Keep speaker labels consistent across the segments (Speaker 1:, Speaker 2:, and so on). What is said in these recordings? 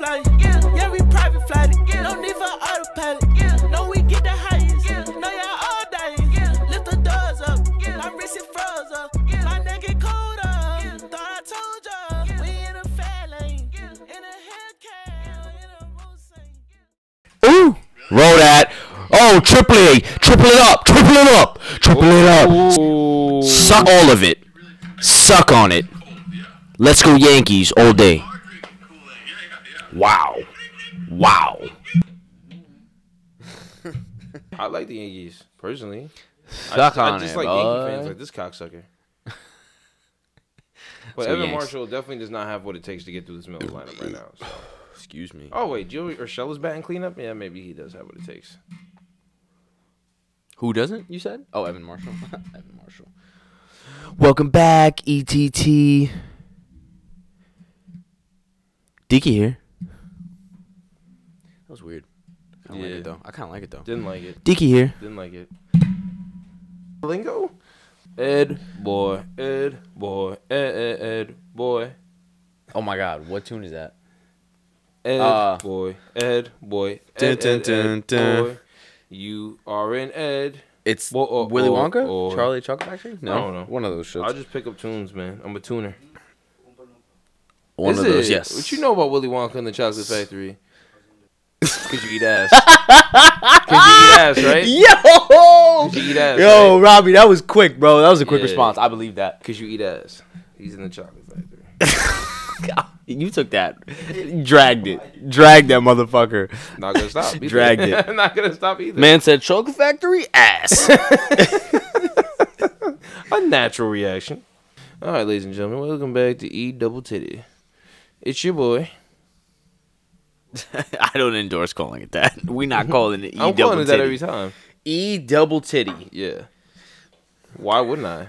Speaker 1: Yeah, yeah, we private flight. Yeah. No need for autopilot. Yeah. No, we get the highest. Yeah. No, y'all all dying. Yeah. Lift the doors up. Yeah. My wrist it froze up. Yeah. My neck get cold up. Yeah. Thought I told ya. We in a fat lane. Yeah. In a Hellcat. In a Mustang.
Speaker 2: Ooh, roll that. Oh, triple A, triple it up, triple it up, triple it up. Suck all of it. Suck on it. Let's go Yankees all day. Wow. Wow.
Speaker 3: I like the Yankees personally.
Speaker 2: Suck
Speaker 3: I,
Speaker 2: on
Speaker 3: just
Speaker 2: it,
Speaker 3: like
Speaker 2: bud.
Speaker 3: Yankee fans, like this cocksucker. But
Speaker 2: So
Speaker 3: Evan
Speaker 2: Yanks.
Speaker 3: Marshall definitely does not have what it takes to get through this middle lineup right now. so.
Speaker 2: Excuse me.
Speaker 3: Oh wait, Joey Urshel is batting cleanup. Yeah, maybe he does have what it takes.
Speaker 2: Who doesn't? You said? Oh, Evan Marshall. Evan Marshall. Welcome back, E ETT. Dicky here. That was weird. I
Speaker 3: Yeah.
Speaker 2: I kind of like it though.
Speaker 3: Didn't like it.
Speaker 2: Dicky here.
Speaker 3: Didn't like it. Lingo. Ed boy, Ed boy, Ed Ed, Ed boy,
Speaker 4: Oh my God, what tune is that?
Speaker 3: Ed
Speaker 2: Ah.
Speaker 4: Uh.
Speaker 3: boy, Ed boy,
Speaker 4: Dun,
Speaker 3: Ed,
Speaker 4: dun,
Speaker 3: Ed,
Speaker 4: dun,
Speaker 3: Ed,
Speaker 4: dun.
Speaker 3: boy. You are an Ed.
Speaker 4: It's
Speaker 3: Well, uh,
Speaker 4: Willy
Speaker 3: or-
Speaker 4: Wonka,
Speaker 3: or-
Speaker 4: Charlie Chocolate Factory. No,
Speaker 3: I don't know.
Speaker 4: one of those shits.
Speaker 3: I just pick up tunes, man. I'm a tuner.
Speaker 4: one
Speaker 3: Is
Speaker 4: of those.
Speaker 3: it?
Speaker 4: Yes.
Speaker 3: What you know about Willy Wonka and the Chocolate Factory? Cause you eat ass. Cause you eat ass, right?
Speaker 4: Yo,
Speaker 3: Cause you eat ass.
Speaker 4: yo,
Speaker 3: right?
Speaker 4: Robbie, that was quick, bro. That was a quick
Speaker 3: Yeah.
Speaker 4: response. I believe that.
Speaker 3: Cause you eat ass. He's in the Chocolate Factory.
Speaker 4: You took that, dragged it, dragged that motherfucker.
Speaker 3: Not gonna stop. either.
Speaker 4: Dragged it.
Speaker 3: Not gonna stop either.
Speaker 4: Man said Chocolate Factory ass.
Speaker 3: a natural reaction. All right, ladies and gentlemen, welcome back to E Double Titty. It's your
Speaker 4: E
Speaker 3: boy.
Speaker 4: I don't endorse calling it that. We not calling it E
Speaker 3: i I'm calling
Speaker 4: double
Speaker 3: it that
Speaker 4: titty.
Speaker 3: every time.
Speaker 4: E double titty.
Speaker 3: Yeah. Why wouldn't I?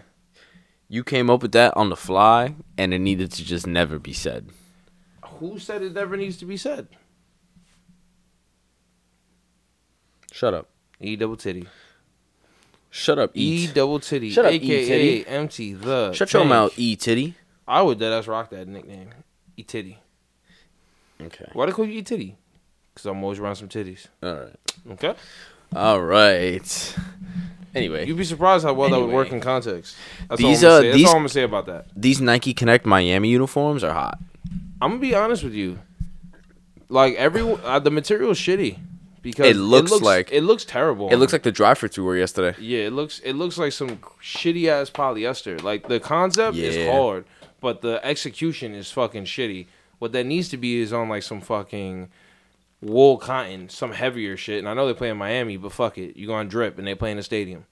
Speaker 4: You came up with that on the fly, and it needed to just never be said.
Speaker 3: Who said it never needs to be said?
Speaker 4: Shut up.
Speaker 3: E Double Titty.
Speaker 4: Shut up.
Speaker 3: E
Speaker 4: Eat.
Speaker 3: Double Titty.
Speaker 4: Shut up, E
Speaker 3: AKA
Speaker 4: Titty.
Speaker 3: Empty the.
Speaker 4: Shut your
Speaker 3: Tank.
Speaker 4: mouth. E titty.
Speaker 3: I would dead ass rock that nickname. E Titty.
Speaker 4: Okay.
Speaker 3: Why they call you E Titty? Because I'm always around some titties.
Speaker 4: All right.
Speaker 3: Okay.
Speaker 4: All right. Anyway,
Speaker 3: You'd be surprised how well that would work
Speaker 4: Anyway.
Speaker 3: in context. That's
Speaker 4: These,
Speaker 3: all I'm
Speaker 4: uh,
Speaker 3: gonna say. That's
Speaker 4: these-
Speaker 3: all I'm gonna say about that.
Speaker 4: these Nike Connect Miami uniforms are hot.
Speaker 3: I'm gonna be honest with you. Like every uh, the material is shitty because
Speaker 4: It looks like-
Speaker 3: it looks terrible.
Speaker 4: It looks like the drive-through we were yesterday.
Speaker 3: yeah, it looks it looks like some shitty ass polyester. Like the concept is
Speaker 4: Yeah.
Speaker 3: hard, but the execution is fucking shitty. What that needs to be is on like some fucking wool cotton, some heavier shit. And I know they play in Miami, but fuck it, you gonna drip and they play in the stadium.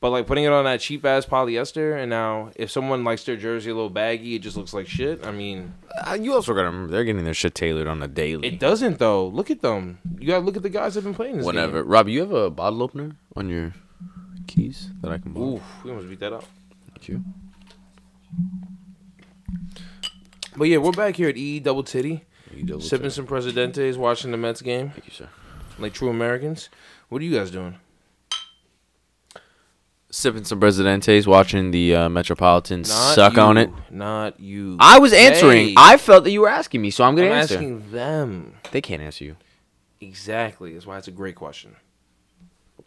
Speaker 3: But like putting it on that cheap ass polyester, and now if someone likes their jersey a little baggy, it just looks like shit. I mean.
Speaker 4: Uh, you also gotta remember they're getting their shit tailored on a daily.
Speaker 3: It doesn't though. Look at them. You gotta look at the guys that have been playing this.
Speaker 4: Whatever. Rob, you have a bottle opener on your keys that I can
Speaker 3: Game.
Speaker 4: borrow.
Speaker 3: Oof, we almost beat that up.
Speaker 4: Thank you.
Speaker 3: But yeah, we're back here at E Double Titty,
Speaker 4: You double
Speaker 3: sipping
Speaker 4: check.
Speaker 3: some Presidentes, watching the Mets game,
Speaker 4: Thank you, sir.
Speaker 3: like true Americans. What are you guys doing?
Speaker 4: Sipping some Presidentes, watching the uh, Metropolitan
Speaker 3: Not
Speaker 4: suck on
Speaker 3: you.
Speaker 4: it.
Speaker 3: Not you.
Speaker 4: I was answering.
Speaker 3: They.
Speaker 4: I felt that you were asking me, so I'm
Speaker 3: I'm
Speaker 4: gonna answer.
Speaker 3: asking them.
Speaker 4: They can't answer you.
Speaker 3: Exactly. That's why it's a great question.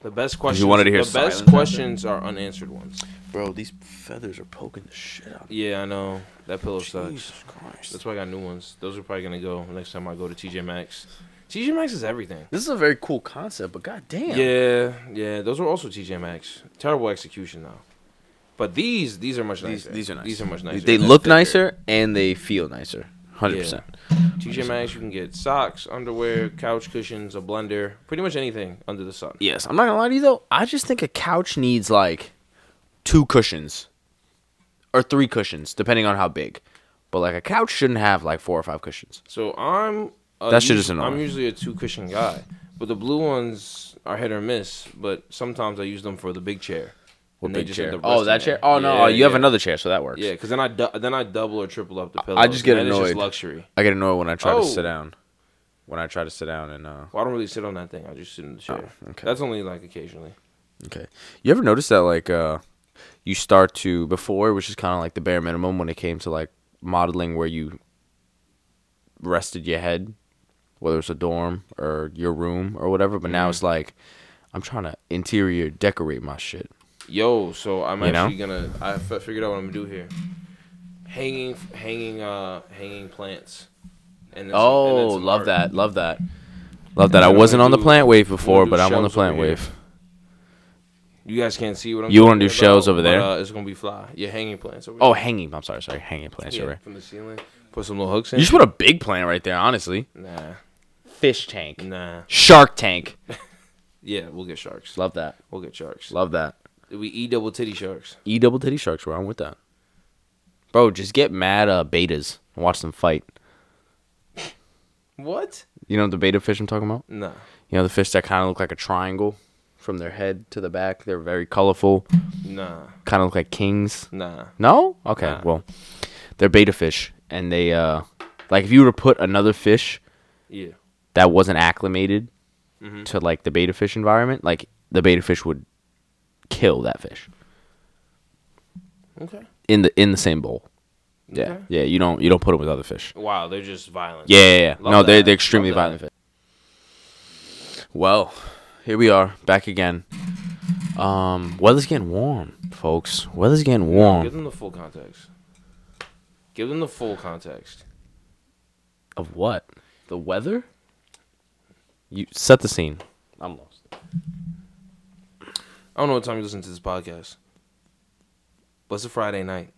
Speaker 3: The best questions.
Speaker 4: wanted to hear
Speaker 3: the
Speaker 4: silence
Speaker 3: best
Speaker 4: after.
Speaker 3: questions are unanswered ones.
Speaker 4: Bro, these feathers are poking the shit out.
Speaker 3: Yeah, I know that pillow sucks.
Speaker 4: Christ.
Speaker 3: That's why I got new ones. Those are probably gonna go next time I go to TJ Maxx. TJ Maxx is everything.
Speaker 4: This is a very cool concept, but goddamn.
Speaker 3: Yeah, yeah. Those were also TJ Maxx. Terrible execution though. But these these are much
Speaker 4: These,
Speaker 3: nicer.
Speaker 4: these are nice.
Speaker 3: These are much nicer.
Speaker 4: They
Speaker 3: They're
Speaker 4: look
Speaker 3: thicker.
Speaker 4: nicer and they feel nicer. 100%.
Speaker 3: TJ Maxx, you can get socks, underwear, couch cushions, a blender, pretty much anything under the sun.
Speaker 4: Yes, I'm not going to lie to you though. I just think a couch needs like two cushions or three cushions depending on how big. But like a couch shouldn't have like four or five cushions.
Speaker 3: So I'm a
Speaker 4: That shit is
Speaker 3: usu- I'm
Speaker 4: annoying.
Speaker 3: usually a two cushion guy, but the blue ones are hit or miss. But sometimes I use them for the big chair.
Speaker 4: What
Speaker 3: and they
Speaker 4: big
Speaker 3: just end
Speaker 4: chair?
Speaker 3: up
Speaker 4: Oh,
Speaker 3: resting
Speaker 4: that chair?
Speaker 3: there.
Speaker 4: Oh no,
Speaker 3: Yeah,
Speaker 4: oh, you have
Speaker 3: yeah.
Speaker 4: another chair, so that works.
Speaker 3: Yeah, because then I du- then I double or triple up the pillow.
Speaker 4: I just get annoyed.
Speaker 3: luxury.
Speaker 4: I get annoyed when I try to sit
Speaker 3: Oh.
Speaker 4: down. When I try to sit down and uh
Speaker 3: Well, I don't really sit on that thing. I just sit in the chair.
Speaker 4: Oh, okay.
Speaker 3: That's only like occasionally.
Speaker 4: Okay. You ever notice that like uh you start to before, which is kind of like the bare minimum when it came to like modeling where you rested your head whether it's a dorm or your room or whatever. But now it's like I'm trying to interior decorate my shit.
Speaker 3: Yo, so I'm
Speaker 4: You know?
Speaker 3: actually gonna. I f- figured out what I'm gonna do here. Hanging, hanging, uh, hanging plants. And it's- and
Speaker 4: Oh,
Speaker 3: it's
Speaker 4: love
Speaker 3: art.
Speaker 4: that, love that, love that. I
Speaker 3: I'm
Speaker 4: wasn't
Speaker 3: gonna
Speaker 4: on the
Speaker 3: do-
Speaker 4: plant wave
Speaker 3: gonna
Speaker 4: before,
Speaker 3: do
Speaker 4: but I'm on the
Speaker 3: shelves over
Speaker 4: plant
Speaker 3: here.
Speaker 4: wave.
Speaker 3: You guys can't see what I'm.
Speaker 4: You wanna
Speaker 3: talking
Speaker 4: do
Speaker 3: about,
Speaker 4: shelves over
Speaker 3: but,
Speaker 4: there?
Speaker 3: uh, it's gonna be fly. Yeah, hanging plants over.
Speaker 4: Oh,
Speaker 3: here.
Speaker 4: hanging. I'm sorry, sorry, hanging plants.
Speaker 3: yeah,
Speaker 4: you're right.
Speaker 3: from the ceiling. Put some little hooks in.
Speaker 4: You just put a big plant right there, honestly.
Speaker 3: nah,
Speaker 4: Fish tank,
Speaker 3: nah.
Speaker 4: shark tank.
Speaker 3: Yeah, we'll get sharks.
Speaker 4: Love that,
Speaker 3: We'll get sharks.
Speaker 4: love that.
Speaker 3: We eat double titty sharks.
Speaker 4: E double titty sharks. Where I'm with that, bro. Just get mad uh, betas and watch them fight.
Speaker 3: What?
Speaker 4: You know the beta fish I'm talking about?
Speaker 3: Nah.
Speaker 4: You know the fish that kind of look like a triangle from their head to the back. They're very colorful,
Speaker 3: Nah.
Speaker 4: kind of look like kings.
Speaker 3: Nah.
Speaker 4: No? Okay.
Speaker 3: Nah.
Speaker 4: Well, they're beta fish, and they uh, like if you were to put another fish
Speaker 3: Yeah.
Speaker 4: that wasn't acclimated
Speaker 3: Mm-hmm.
Speaker 4: to like the beta fish environment, like the beta fish would kill that fish
Speaker 3: Okay.
Speaker 4: in the in the same bowl. Yeah.
Speaker 3: Okay.
Speaker 4: Yeah. You don't you don't put them with other fish.
Speaker 3: Wow, they're just violent.
Speaker 4: Yeah. yeah, yeah.
Speaker 3: Love
Speaker 4: No, they're
Speaker 3: that.
Speaker 4: they're extremely
Speaker 3: Love that.
Speaker 4: violent fish. Well, here we are back again. Um, weather's getting warm, folks. Weather's getting warm.
Speaker 3: Give them the full context. Give them the full context.
Speaker 4: Of what? The weather? You set the scene. I'm lost.
Speaker 3: I don't know what time you listen to this podcast. But it's a Friday night.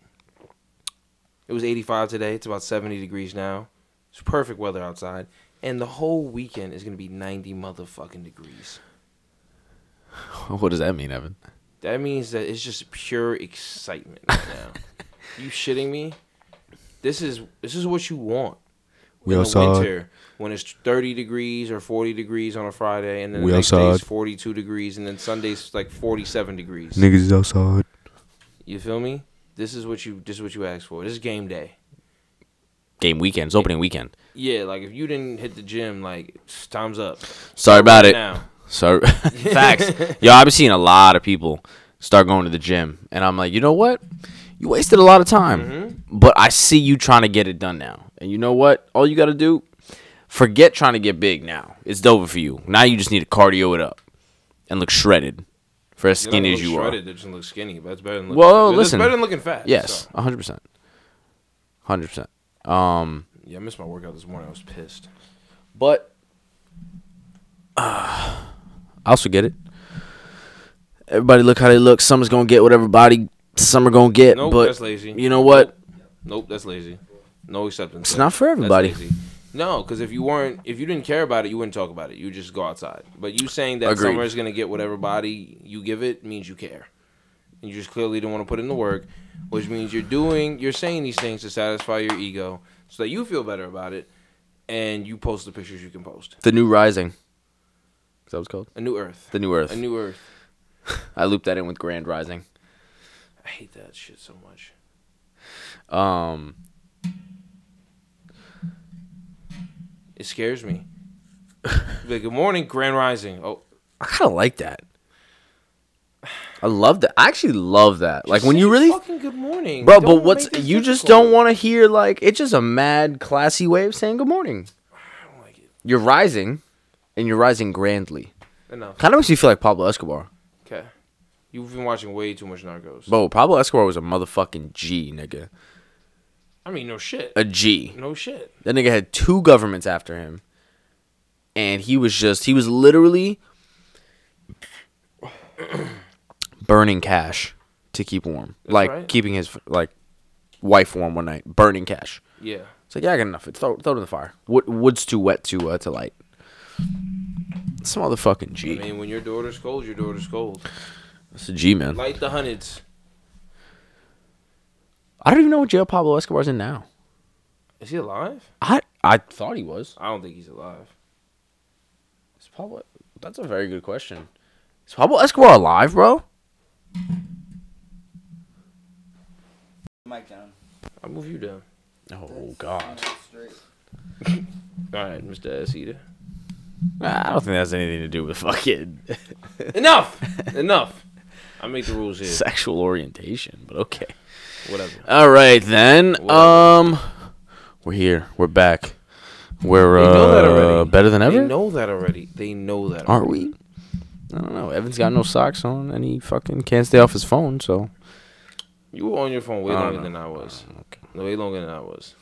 Speaker 3: It was 85 today. It's about 70 degrees now. It's perfect weather outside. And the whole weekend is going to be 90 motherfucking degrees.
Speaker 4: What does that mean, Evan?
Speaker 3: That means that it's just pure excitement right now. you shitting me? This is this is what you want. We in the winter when it's 30 degrees or 40 degrees on a Friday, and then the next day is 42 degrees, and then Sunday's like 47 degrees. Niggas is outside. You feel me? This is what you this is what you asked for. This is game day.
Speaker 4: Game weekends, opening weekend.
Speaker 3: Yeah, like if you didn't hit the gym, like time's up.
Speaker 4: Sorry about it.
Speaker 3: Now,
Speaker 4: Sorry. Facts. Yo, I've been seeing a lot of people start going to the gym, and I'm like, you know what? You wasted a lot of time,
Speaker 3: Mm-hmm.
Speaker 4: but I see you trying to get it done now. And you know what? All you got to do, forget trying to get big now. It's over for you. Now you just need to cardio it up and look shredded for as
Speaker 3: they don't
Speaker 4: skinny
Speaker 3: look
Speaker 4: as you
Speaker 3: shredded,
Speaker 4: are.
Speaker 3: They just look skinny, but it's better than looking.
Speaker 4: Well,
Speaker 3: but it's
Speaker 4: listen.
Speaker 3: better than looking fat.
Speaker 4: Yes,
Speaker 3: so.
Speaker 4: 100%. 100%. Um,
Speaker 3: Yeah, I missed my workout this morning. I was pissed.
Speaker 4: But I also get it. Everybody look how they look. Someone's gonna get whatever body some are gonna get.
Speaker 3: Nope,
Speaker 4: but
Speaker 3: that's lazy.
Speaker 4: you know what?
Speaker 3: Nope, that's lazy. No acceptance.
Speaker 4: It's
Speaker 3: there.
Speaker 4: not for
Speaker 3: That's
Speaker 4: everybody.
Speaker 3: lazy. No, because if you weren't, if you didn't care about it, you wouldn't talk about it. You just go outside. But you saying that
Speaker 4: Agreed.
Speaker 3: summer's gonna get whatever body you give it means you care. And you just clearly don't want to put in the work, which means you're doing, you're saying these things to satisfy your ego, so that you feel better about it, and you post the pictures you can post.
Speaker 4: The New Rising. Is that what it's called?
Speaker 3: A new Earth.
Speaker 4: The New Earth.
Speaker 3: A new Earth.
Speaker 4: I looped that in with Grand Rising.
Speaker 3: I hate that shit so much.
Speaker 4: Um,
Speaker 3: It scares me. like, good morning, Grand Rising. Oh,
Speaker 4: I kind of like that. I love that. I actually love that. Like when
Speaker 3: say
Speaker 4: you really,
Speaker 3: fucking good morning,
Speaker 4: bro.
Speaker 3: Don't
Speaker 4: But what's
Speaker 3: make this
Speaker 4: you just
Speaker 3: difficult.
Speaker 4: don't want to hear like it's just a mad classy way of saying good morning.
Speaker 3: I don't like it.
Speaker 4: You're rising, and you're rising grandly.
Speaker 3: Enough.
Speaker 4: Kind of makes you feel like Pablo Escobar.
Speaker 3: Okay. You've been watching way too much Narcos.
Speaker 4: Bro, Pablo Escobar was a motherfucking G, nigga.
Speaker 3: I mean, no shit.
Speaker 4: A G.
Speaker 3: No shit.
Speaker 4: That nigga had two governments after him. And he was just, he was literally burning cash to keep warm. like,
Speaker 3: right.
Speaker 4: keeping his, like, wife warm one night. Burning cash.
Speaker 3: Yeah.
Speaker 4: It's like, yeah, I got enough. It's throw, throw it in the fire. Wood, wood's too wet to, uh, to light. It's a motherfucking
Speaker 3: I
Speaker 4: G.
Speaker 3: mean, when your daughter's cold, your daughter's cold.
Speaker 4: It's a G, man.
Speaker 3: Light the hundreds.
Speaker 4: I don't even know what jail Pablo Escobar's in now.
Speaker 3: Is he alive?
Speaker 4: I, I thought he was.
Speaker 3: I don't think he's alive.
Speaker 4: Is Pablo? That's a very good question. Is Pablo Escobar alive, bro?
Speaker 5: Mic down.
Speaker 3: I'll move you down.
Speaker 4: Oh God.
Speaker 5: Straight.
Speaker 3: All right, Mr. Ass Eater.
Speaker 4: I don't think that has anything to do with fucking
Speaker 3: Enough! Enough! I make the rules here.
Speaker 4: sexual orientation, but okay.
Speaker 3: Whatever.
Speaker 4: All right then.
Speaker 3: Whatever.
Speaker 4: Um, we're here. We're back. We're
Speaker 3: You know that
Speaker 4: uh,
Speaker 3: already.
Speaker 4: better than
Speaker 3: They
Speaker 4: ever?
Speaker 3: know that already. They know that.
Speaker 4: Aren't we? I don't know. Evan's got no socks on, and he fucking can't stay off his phone. So
Speaker 3: You were on your phone way
Speaker 4: I don't
Speaker 3: longer
Speaker 4: know.
Speaker 3: than I was. Way longer than I was.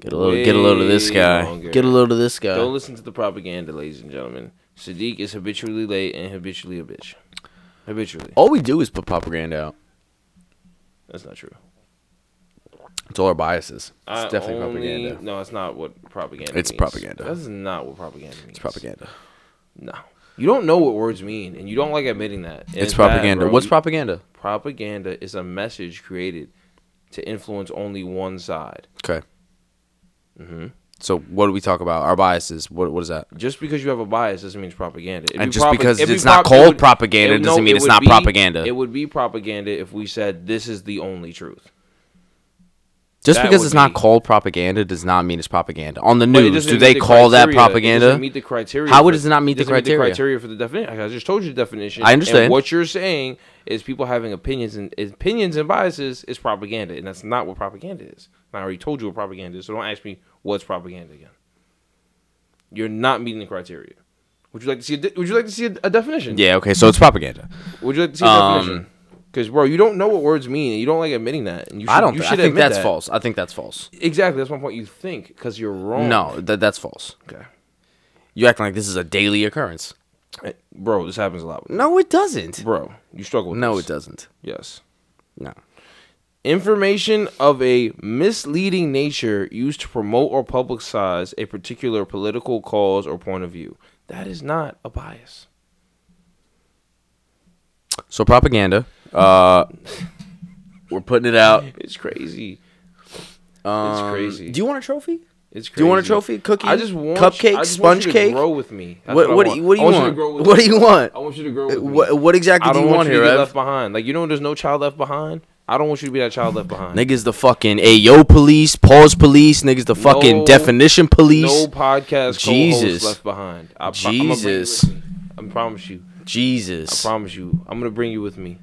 Speaker 4: get a little, get a load of this
Speaker 3: Way
Speaker 4: guy.
Speaker 3: longer.
Speaker 4: Get a load of this guy.
Speaker 3: Don't listen to the propaganda, ladies and gentlemen. Sadiq is habitually late and habitually a bitch. Habitually.
Speaker 4: All we do is put propaganda out.
Speaker 3: That's not true.
Speaker 4: It's all our biases. It's
Speaker 3: I
Speaker 4: definitely
Speaker 3: only-
Speaker 4: propaganda.
Speaker 3: No, it's not what propaganda
Speaker 4: It's
Speaker 3: means.
Speaker 4: propaganda.
Speaker 3: That's not what propaganda means.
Speaker 4: It's propaganda.
Speaker 3: No. You don't know what words mean, and you don't like admitting that. And
Speaker 4: It's,
Speaker 3: bad,
Speaker 4: propaganda.
Speaker 3: bro.
Speaker 4: What's
Speaker 3: You-
Speaker 4: propaganda?
Speaker 3: Propaganda is a message created to influence only one side.
Speaker 4: Okay.
Speaker 3: Mm-hmm.
Speaker 4: So what do we talk about? Our biases. What what is that?
Speaker 3: Just because you have a bias doesn't mean it's propaganda. It'd
Speaker 4: And
Speaker 3: be
Speaker 4: just
Speaker 3: propa-
Speaker 4: because
Speaker 3: it'd be
Speaker 4: it's not
Speaker 3: prop-
Speaker 4: called
Speaker 3: it would-
Speaker 4: propaganda
Speaker 3: it-
Speaker 4: doesn't mean
Speaker 3: it
Speaker 4: it's
Speaker 3: would
Speaker 4: not
Speaker 3: be-
Speaker 4: propaganda.
Speaker 3: It would be propaganda if we said this is the only truth.
Speaker 4: Just
Speaker 3: That
Speaker 4: because
Speaker 3: would
Speaker 4: it's not
Speaker 3: be-
Speaker 4: called propaganda does not mean it's propaganda. On the
Speaker 3: But it
Speaker 4: news,
Speaker 3: doesn't
Speaker 4: do
Speaker 3: meet
Speaker 4: they
Speaker 3: the
Speaker 4: call that
Speaker 3: criteria. It doesn't
Speaker 4: propaganda?
Speaker 3: meet the criteria.
Speaker 4: How would
Speaker 3: for-
Speaker 4: it not meet the
Speaker 3: doesn't
Speaker 4: criteria?
Speaker 3: for the definition. I just told you the definition.
Speaker 4: I understand.
Speaker 3: And what you're saying is people having opinions and opinions and biases is propaganda, and that's not what propaganda is. And I already told you what propaganda is, so don't ask me what's propaganda again. You're not meeting the criteria. Would you like to see? A de- would you like to see a, a definition?
Speaker 4: Yeah. Okay. So it's propaganda.
Speaker 3: Would you like to see a
Speaker 4: Um,
Speaker 3: definition? Because bro, you don't know what words mean, and you don't like admitting that. And you should,
Speaker 4: I don't.
Speaker 3: You
Speaker 4: thi- I
Speaker 3: should
Speaker 4: think
Speaker 3: admit
Speaker 4: that's
Speaker 3: that.
Speaker 4: false. I think that's false.
Speaker 3: Exactly. That's my point. You think because you're wrong.
Speaker 4: No, that that's false.
Speaker 3: Oh. Okay.
Speaker 4: You acting like this is a daily occurrence.
Speaker 3: Hey, Eh, Bro, this happens a lot.
Speaker 4: No, it doesn't.
Speaker 3: Bro, you struggle with
Speaker 4: No,
Speaker 3: this.
Speaker 4: it doesn't.
Speaker 3: Yes.
Speaker 4: No.
Speaker 3: Information of a misleading nature used to promote or publicize a particular political cause or point of view. That is not a bias.
Speaker 4: So propaganda. Uh, we're putting it out.
Speaker 3: It's crazy.
Speaker 4: Um,
Speaker 3: crazy.
Speaker 4: Do you want a trophy?
Speaker 3: It's crazy.
Speaker 4: Do you want a trophy, cookie,
Speaker 3: I just want
Speaker 4: cupcake,
Speaker 3: I just want
Speaker 4: sponge
Speaker 3: you to
Speaker 4: cake?
Speaker 3: grow with me. That's
Speaker 4: What-
Speaker 3: I
Speaker 4: what do you- what do
Speaker 3: I
Speaker 4: you
Speaker 3: you to
Speaker 4: want?
Speaker 3: grow with
Speaker 4: What
Speaker 3: me.
Speaker 4: do you want?
Speaker 3: I want you to grow with me.
Speaker 4: Uh, What, what exactly
Speaker 3: I
Speaker 4: do you
Speaker 3: don't want,
Speaker 4: want
Speaker 3: you
Speaker 4: here,
Speaker 3: to get
Speaker 4: Ev?
Speaker 3: left behind. Like you know, there's no child left behind. I don't want you to be that child left behind.
Speaker 4: Niggas the fucking Ayo police, pause police, niggas the fucking
Speaker 3: No-
Speaker 4: definition police.
Speaker 3: no podcast Jesus.
Speaker 4: Jesus.
Speaker 3: left behind. I, pro-
Speaker 4: Jesus.
Speaker 3: I'm gonna bring you with me. I promise you. I
Speaker 4: Jesus.
Speaker 3: promise you. I'm gonna bring you with me.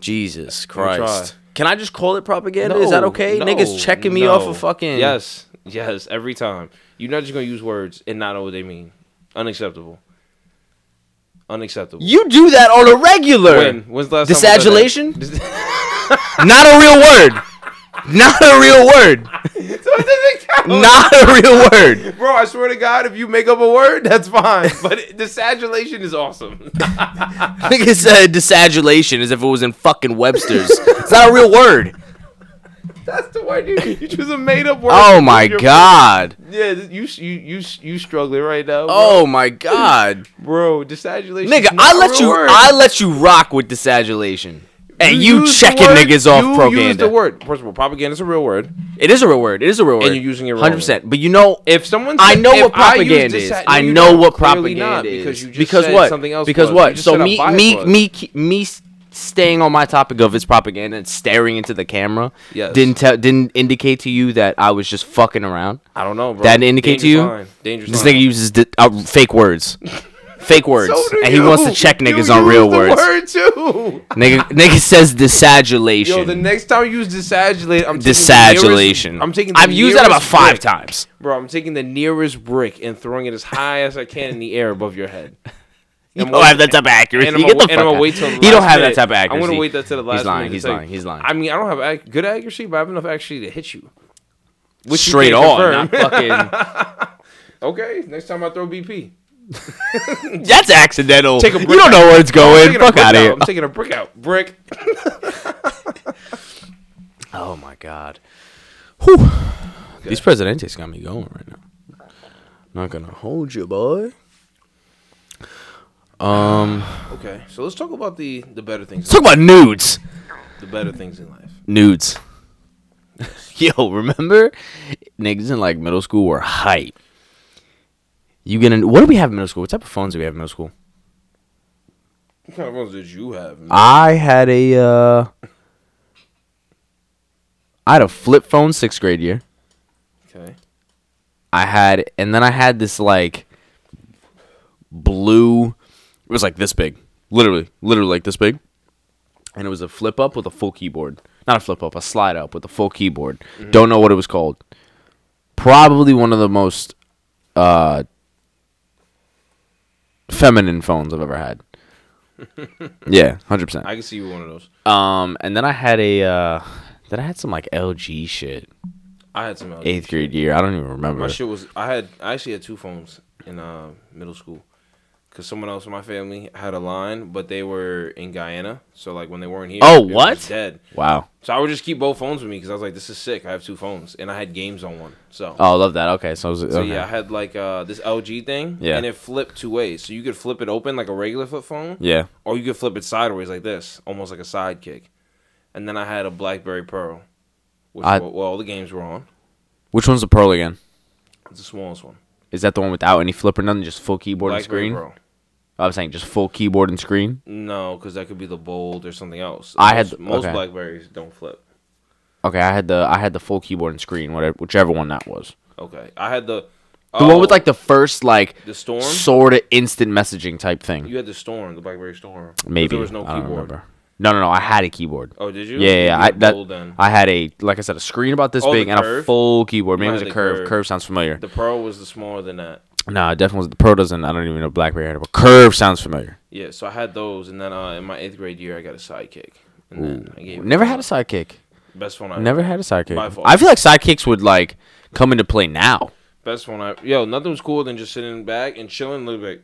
Speaker 4: Jesus
Speaker 3: gonna try.
Speaker 4: Christ. Can I just call it propaganda? Is that
Speaker 3: No,
Speaker 4: okay?
Speaker 3: no,
Speaker 4: niggas checking me
Speaker 3: no.
Speaker 4: off of fucking
Speaker 3: Yes, yes, every time. You're not just gonna use words and not know what they mean. Unacceptable. Unacceptable.
Speaker 4: You do that on a regular.
Speaker 3: when? When's the last time I said that?
Speaker 4: Disagulation?
Speaker 3: Dis-
Speaker 4: Not a real word. Not a real word.
Speaker 3: Oh.
Speaker 4: Not a real word.
Speaker 3: Bro, I swear to God, if you make up a word, that's fine. But it- disagulation is awesome.
Speaker 4: Niggas said disagulation as if it was in fucking Webster's. it's not a real word.
Speaker 3: that's the word. You, you choose a made up word.
Speaker 4: Oh my
Speaker 3: You're-
Speaker 4: god.
Speaker 3: Yeah, you you you you struggling right now. bro.
Speaker 4: Oh my god.
Speaker 3: Bro, disagulation.
Speaker 4: Nigga,
Speaker 3: is not
Speaker 4: I
Speaker 3: a
Speaker 4: let
Speaker 3: real
Speaker 4: you
Speaker 3: word.
Speaker 4: I let you rock with disagulation. And you,
Speaker 3: use the
Speaker 4: checking
Speaker 3: word-
Speaker 4: niggas off
Speaker 3: you Use the
Speaker 4: propaganda.
Speaker 3: word. First of all, propaganda is a real word.
Speaker 4: It is a real word. It is a real word.
Speaker 3: you're using it wrong.
Speaker 4: Hundred percent. But you know,
Speaker 3: If someone,
Speaker 4: I
Speaker 3: said-
Speaker 4: know
Speaker 3: if
Speaker 4: what
Speaker 3: I use
Speaker 4: propaganda is.
Speaker 3: disa-
Speaker 4: I
Speaker 3: No, you
Speaker 4: know
Speaker 3: don't.
Speaker 4: what
Speaker 3: Clearly
Speaker 4: propaganda
Speaker 3: not,
Speaker 4: is.
Speaker 3: Because you just
Speaker 4: because
Speaker 3: said
Speaker 4: what?
Speaker 3: Something else.
Speaker 4: because
Speaker 3: was. You
Speaker 4: what?
Speaker 3: just
Speaker 4: So
Speaker 3: said a
Speaker 4: me,
Speaker 3: bias
Speaker 4: me,
Speaker 3: was.
Speaker 4: me, ke- me, s- staying on my topic of it's propaganda and staring into the camera.
Speaker 3: Yes.
Speaker 4: Didn't tell. Didn't indicate to you that I was just fucking around.
Speaker 3: I don't know, bro.
Speaker 4: That didn't indicate to
Speaker 3: Dangerous
Speaker 4: you?
Speaker 3: Line. Dangerous.
Speaker 4: This
Speaker 3: line.
Speaker 4: nigga uses di- uh, fake words. Fake words,
Speaker 3: So do
Speaker 4: and he
Speaker 3: you.
Speaker 4: wants to check
Speaker 3: You
Speaker 4: niggas on real
Speaker 3: use the
Speaker 4: words.
Speaker 3: Word too.
Speaker 4: Nigga, nigga says disagulation.
Speaker 3: Yo, the next time you use disagulate, I'm taking the nearest-
Speaker 4: disagulation.
Speaker 3: I'm taking. The
Speaker 4: I've used that about
Speaker 3: nearest
Speaker 4: five
Speaker 3: brick.
Speaker 4: times.
Speaker 3: bro. I'm taking the nearest brick and throwing it as high as I can in the air above your head.
Speaker 4: You
Speaker 3: I'm
Speaker 4: don't Oh, have that type of accuracy.
Speaker 3: and I'm
Speaker 4: Get the
Speaker 3: gonna- and
Speaker 4: fuck
Speaker 3: I'm
Speaker 4: out.
Speaker 3: gonna wait till the
Speaker 4: He don't
Speaker 3: last
Speaker 4: have that
Speaker 3: minute.
Speaker 4: type of accuracy.
Speaker 3: I'm gonna wait that to the last.
Speaker 4: He's lying.
Speaker 3: minute to
Speaker 4: He's
Speaker 3: tell you.
Speaker 4: lying. He's lying.
Speaker 3: I mean, I don't have ac- good accuracy, but I have enough accuracy to hit you. Which you
Speaker 4: Straight
Speaker 3: can't
Speaker 4: on. Not
Speaker 3: confirm.
Speaker 4: fucking.
Speaker 3: okay, next time I throw BP,
Speaker 4: That's accidental.
Speaker 3: Take a
Speaker 4: you
Speaker 3: brick
Speaker 4: don't know where it's going.
Speaker 3: Taking a
Speaker 4: Fuck
Speaker 3: brick
Speaker 4: out of here.
Speaker 3: I'm taking a brick out. Brick.
Speaker 4: Oh my god. Whew. These presidentes got me going right now. Not gonna hold you, boy. Um,
Speaker 3: Okay, so let's talk about the the better things.
Speaker 4: let's talk about nudes.
Speaker 3: The better things in life.
Speaker 4: Nudes. Yo, remember niggas in like middle school were hype. You get in? What do we have in middle school? What type of phones do we have in middle school?
Speaker 3: What kind of ones did you have? man?
Speaker 4: I had a uh I had a flip phone sixth grade year.
Speaker 3: Okay.
Speaker 4: I had and then I had this like blue it was like this big. Literally, literally like this big. And it was a flip up with a full keyboard. Not a flip up, a slide up with a full keyboard. Don't know what it was called. Probably one of the most uh feminine phones I've ever had. yeah, hundred percent.
Speaker 3: I can see you with one of those.
Speaker 4: Um, and then I had a, uh, then I had some like LG shit.
Speaker 3: I had some. LG.
Speaker 4: Eighth grade year, I don't even remember.
Speaker 3: My shit was. I had. I actually had two phones in uh, middle school, cause someone else in my family had a line, but they were in Guyana. So like when they weren't here.
Speaker 4: Oh,
Speaker 3: it was
Speaker 4: what?
Speaker 3: Dead.
Speaker 4: Wow.
Speaker 3: So I would just keep both phones with me, cause I was like, this is sick. I have two phones, and I had games on one. So.
Speaker 4: Oh, I love that. Okay, so, it was,
Speaker 3: So
Speaker 4: okay.
Speaker 3: yeah, I had like uh, this LG thing,
Speaker 4: Yeah.
Speaker 3: and it flipped two ways. So you could flip it open like a regular flip phone,
Speaker 4: yeah.
Speaker 3: or you could flip it sideways like this, almost like a sidekick. And then I had a BlackBerry Pearl, which
Speaker 4: I-
Speaker 3: well, all the games were on.
Speaker 4: Which one's the Pearl again?
Speaker 3: It's the smallest one.
Speaker 4: Is that the one without any flip or nothing, just full keyboard and
Speaker 3: BlackBerry
Speaker 4: screen?
Speaker 3: Pearl.
Speaker 4: I was saying just full keyboard and screen.
Speaker 3: No, because that could be the bold or something else.
Speaker 4: I
Speaker 3: most,
Speaker 4: had-
Speaker 3: most
Speaker 4: okay.
Speaker 3: Blackberries don't flip.
Speaker 4: Okay, I had the I had the full keyboard and screen, whatever, whichever one that was.
Speaker 3: Okay, I had the
Speaker 4: The one with
Speaker 3: oh,
Speaker 4: like the first like
Speaker 3: the storm.
Speaker 4: sort of instant messaging type thing.
Speaker 3: you had the storm, the BlackBerry storm. 'cause
Speaker 4: Maybe
Speaker 3: there was no
Speaker 4: I don't
Speaker 3: keyboard.
Speaker 4: remember. No, no, no. I had a keyboard.
Speaker 3: Oh, did you?
Speaker 4: Yeah, yeah,
Speaker 3: You
Speaker 4: yeah.
Speaker 3: were
Speaker 4: I, that,
Speaker 3: bold then.
Speaker 4: I had a like I said a screen about this
Speaker 3: Oh, the
Speaker 4: big and a
Speaker 3: curve?
Speaker 4: full keyboard. Maybe it
Speaker 3: might
Speaker 4: was
Speaker 3: have
Speaker 4: a
Speaker 3: the
Speaker 4: curve.
Speaker 3: curve.
Speaker 4: Curve, sounds familiar.
Speaker 3: the Pearl was the smaller than that.
Speaker 4: nah, it definitely was the Pro doesn't. I don't even know BlackBerry had it, but curve sounds familiar.
Speaker 3: Yeah, so I had those, and then uh, in my eighth grade year, I got a sidekick. And then I gave
Speaker 4: Never had a sidekick.
Speaker 3: best one. I
Speaker 4: Never had a
Speaker 3: By
Speaker 4: sidekick.
Speaker 3: far.
Speaker 4: I feel like sidekicks would like come into play now.
Speaker 3: Best one I yo, nothing was cooler than just sitting back and chilling. Look like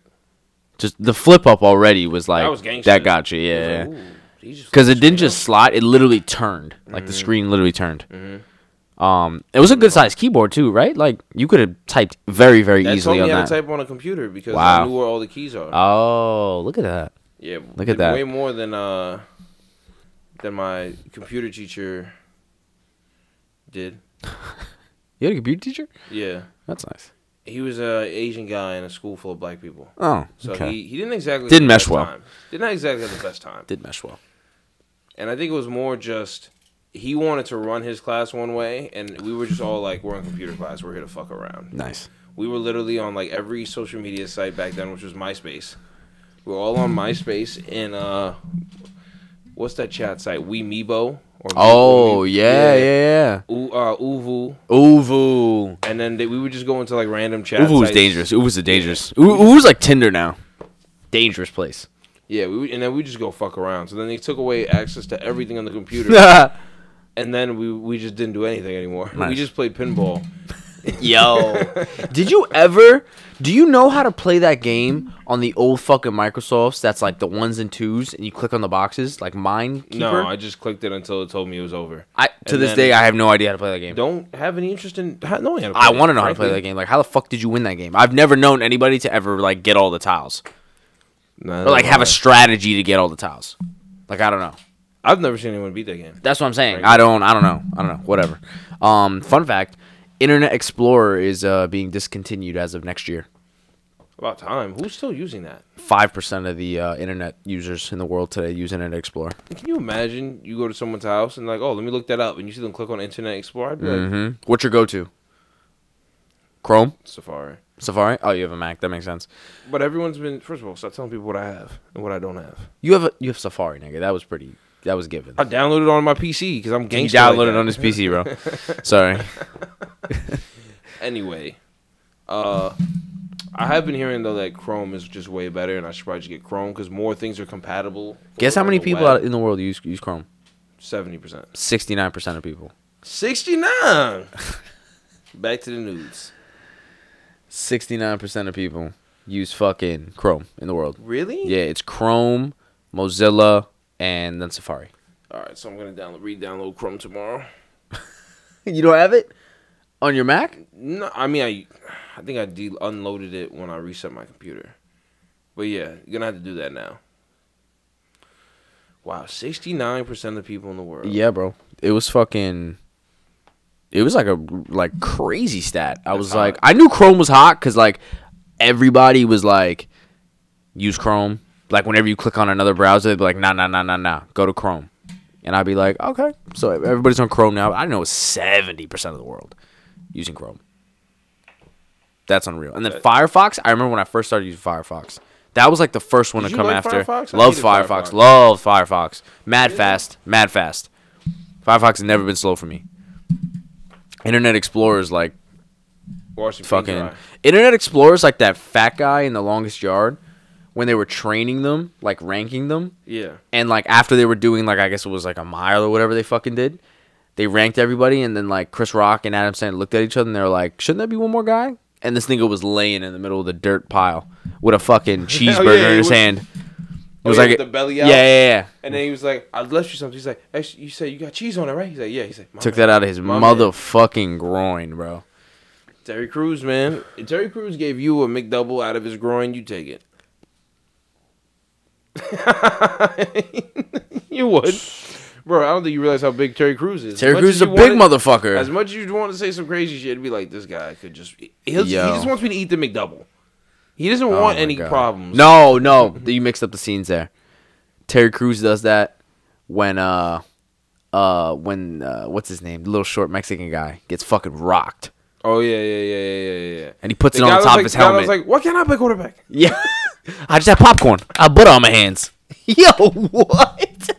Speaker 4: Just the flip up already was like
Speaker 3: that
Speaker 4: that,
Speaker 3: was gangster.
Speaker 4: got you,
Speaker 3: It was
Speaker 4: yeah.
Speaker 3: like, ooh, he just
Speaker 4: Because it
Speaker 3: flipped
Speaker 4: didn't
Speaker 3: straight
Speaker 4: just slide; it literally turned. Like
Speaker 3: Mm-hmm.
Speaker 4: the screen literally turned. Um, it was a good sized keyboard too, right? Like you could have typed very, very
Speaker 3: up. That
Speaker 4: easily
Speaker 3: told me
Speaker 4: on
Speaker 3: how to
Speaker 4: that.
Speaker 3: type on a computer because I
Speaker 4: Wow.
Speaker 3: knew where all the keys are.
Speaker 4: oh, look at that!
Speaker 3: yeah,
Speaker 4: look at that.
Speaker 3: Way more than uh than my computer teacher did.
Speaker 4: You had a computer teacher?
Speaker 3: Yeah,
Speaker 4: That's nice.
Speaker 3: he was a Asian guy in a school full of black people.
Speaker 4: Oh,
Speaker 3: So
Speaker 4: okay.
Speaker 3: he, he didn't exactly
Speaker 4: Didn't
Speaker 3: have the
Speaker 4: mesh
Speaker 3: best
Speaker 4: well.
Speaker 3: Time. Did not exactly have the best time.
Speaker 4: Did mesh well.
Speaker 3: And I think it was more just he wanted to run his class one way, and we were just all like, "We're in computer class. We're here to fuck around."
Speaker 4: Nice.
Speaker 3: We were literally on like every social media site back then, which was MySpace. We were all on MySpace and uh, what's that chat site? We Meebo or
Speaker 4: Oh
Speaker 3: Meebo,
Speaker 4: yeah, yeah,
Speaker 3: U- uh, Uvu,
Speaker 4: yeah. Uvu.
Speaker 3: and then they, we would just go into like random chat.
Speaker 4: Uvu was
Speaker 3: sites.
Speaker 4: dangerous. Uvu's a dangerous. U- Uvu's like Tinder now. Dangerous place.
Speaker 3: Yeah, we would, and then we just go fuck around. So then they took away access to everything on the computer,
Speaker 4: Yo,
Speaker 3: and then we we just didn't do anything anymore. We
Speaker 4: Nice.
Speaker 3: just played pinball.
Speaker 4: did you ever? Do you know how to play that game on the old fucking Microsofts? That's like the ones and twos, and you click on the boxes, like mine.
Speaker 3: No, I just clicked it until it told me it was over.
Speaker 4: I, to
Speaker 3: and
Speaker 4: this
Speaker 3: then-
Speaker 4: day, I have no idea how to play that game.
Speaker 3: don't have any interest in ha- knowing how to play
Speaker 4: I
Speaker 3: it,
Speaker 4: want to know how to play
Speaker 3: frankly.
Speaker 4: that game. Like, how the fuck did you win that game? I've never known anybody to ever like get all the tiles.
Speaker 3: Nah,
Speaker 4: or like
Speaker 3: never
Speaker 4: have a
Speaker 3: mind.
Speaker 4: strategy to get all the tiles. Like I don't know.
Speaker 3: I've never seen anyone beat that game.
Speaker 4: That's what I'm saying.
Speaker 3: Right.
Speaker 4: I don't. I don't know. I don't know. Whatever. Um, fun fact: Internet Explorer is uh, being discontinued as of next year.
Speaker 3: About time. Who's still using that?
Speaker 4: Five percent of the uh, internet users in the world today use Internet Explorer.
Speaker 3: Can you imagine? You go to someone's house and like, oh, let me look that up, and you see them click on Internet Explorer. I'd be like,
Speaker 4: Mm-hmm. What's your go-to? Chrome,
Speaker 3: Safari.
Speaker 4: Safari. Oh, you have a Mac. That makes sense.
Speaker 3: But everyone's been. First of all, stop telling people what I have and what I don't have.
Speaker 4: You have a you have Safari, nigga. That was pretty. That was given.
Speaker 3: I downloaded it on my PC because I'm
Speaker 4: You
Speaker 3: gangster. like
Speaker 4: downloaded
Speaker 3: that.
Speaker 4: on his PC, bro. Sorry.
Speaker 3: Anyway, uh, I have been hearing though that Chrome is just way better, and I should probably just get Chrome because more things are compatible.
Speaker 4: Guess how many people out in the world use use Chrome?
Speaker 3: Seventy percent.
Speaker 4: Sixty nine percent of people.
Speaker 3: 69. Back to the news.
Speaker 4: 69% of people use fucking Chrome in the world.
Speaker 3: Really?
Speaker 4: Yeah, it's Chrome, Mozilla, and then Safari.
Speaker 3: All right, so I'm going to download re-download Chrome tomorrow.
Speaker 4: You don't have it on your Mac?
Speaker 3: No, I mean I I think I de- unloaded it when I reset my computer. But yeah, you're going to have to do that now. Wow, 69% of the people in the world.
Speaker 4: Yeah, bro. It was fucking it was like a like crazy stat. I was
Speaker 3: hot.
Speaker 4: like I knew Chrome was hot cuz like everybody was like use Chrome. Like whenever you click on another browser, they'd be like nah nah nah nah nah, go to Chrome. And I'd be like, "Okay." So everybody's on Chrome now. I know it's 70% of the world using Chrome. That's unreal. And then Firefox, I remember when I first started using Firefox. That was like the first one
Speaker 3: Did
Speaker 4: to
Speaker 3: you
Speaker 4: come
Speaker 3: like
Speaker 4: after.
Speaker 3: Firefox? I
Speaker 4: Loved
Speaker 3: hated Firefox.
Speaker 4: Firefox. Loved Firefox. Mad fast. Mad fast. Firefox has never been slow for me. Internet Explorer is like
Speaker 3: Washington
Speaker 4: fucking. Internet Explorer is like that fat guy in the longest yard when they were training them, like ranking them,
Speaker 3: Yeah.
Speaker 4: and like after they were doing like I guess it was like a mile or whatever they fucking did, they ranked everybody, and then like Chris Rock and Adam Sandler looked at each other and they were like, "Shouldn't there be one more guy?" And this nigga was laying in the middle of the dirt pile with a fucking cheeseburger
Speaker 3: Oh, yeah,
Speaker 4: in
Speaker 3: he
Speaker 4: his
Speaker 3: was-
Speaker 4: hand. It
Speaker 3: Oh,
Speaker 4: was
Speaker 3: yeah,
Speaker 4: like
Speaker 3: with the belly out?
Speaker 4: Yeah, yeah, yeah.
Speaker 3: And then he was like, "I left you something." He's like, "Actually, you said you got cheese on it, right?" He's like, "Yeah." He's like, "My
Speaker 4: Took
Speaker 3: bad."
Speaker 4: that out of his
Speaker 3: My bad."
Speaker 4: motherfucking groin, bro.
Speaker 3: Terry Crews, man. If Terry Crews gave you a McDouble out of his groin, you take it. you would. Bro, I don't think you realize how big Terry Crews is. As
Speaker 4: Terry
Speaker 3: much
Speaker 4: Crews
Speaker 3: as
Speaker 4: is a
Speaker 3: you
Speaker 4: big
Speaker 3: wanted-
Speaker 4: motherfucker.
Speaker 3: As much as you'd want to say some crazy shit, it'd be like, this guy could just. He'll, he
Speaker 4: Yo.
Speaker 3: just wants me to eat the McDouble. He doesn't
Speaker 4: Oh
Speaker 3: want
Speaker 4: my
Speaker 3: any
Speaker 4: God.
Speaker 3: problems.
Speaker 4: No, no, you mixed up the scenes there. Terry Crews does that when uh uh when uh what's his name, the little short Mexican guy gets fucking rocked,
Speaker 3: Oh, yeah, yeah, yeah, yeah, yeah, yeah.
Speaker 4: and he puts it on
Speaker 3: guy
Speaker 4: the
Speaker 3: was
Speaker 4: top
Speaker 3: like-
Speaker 4: of his
Speaker 3: the guy was
Speaker 4: helmet.
Speaker 3: like, why can't I play quarterback?
Speaker 4: yeah, I just had popcorn. I butter on my hands. Yo, what?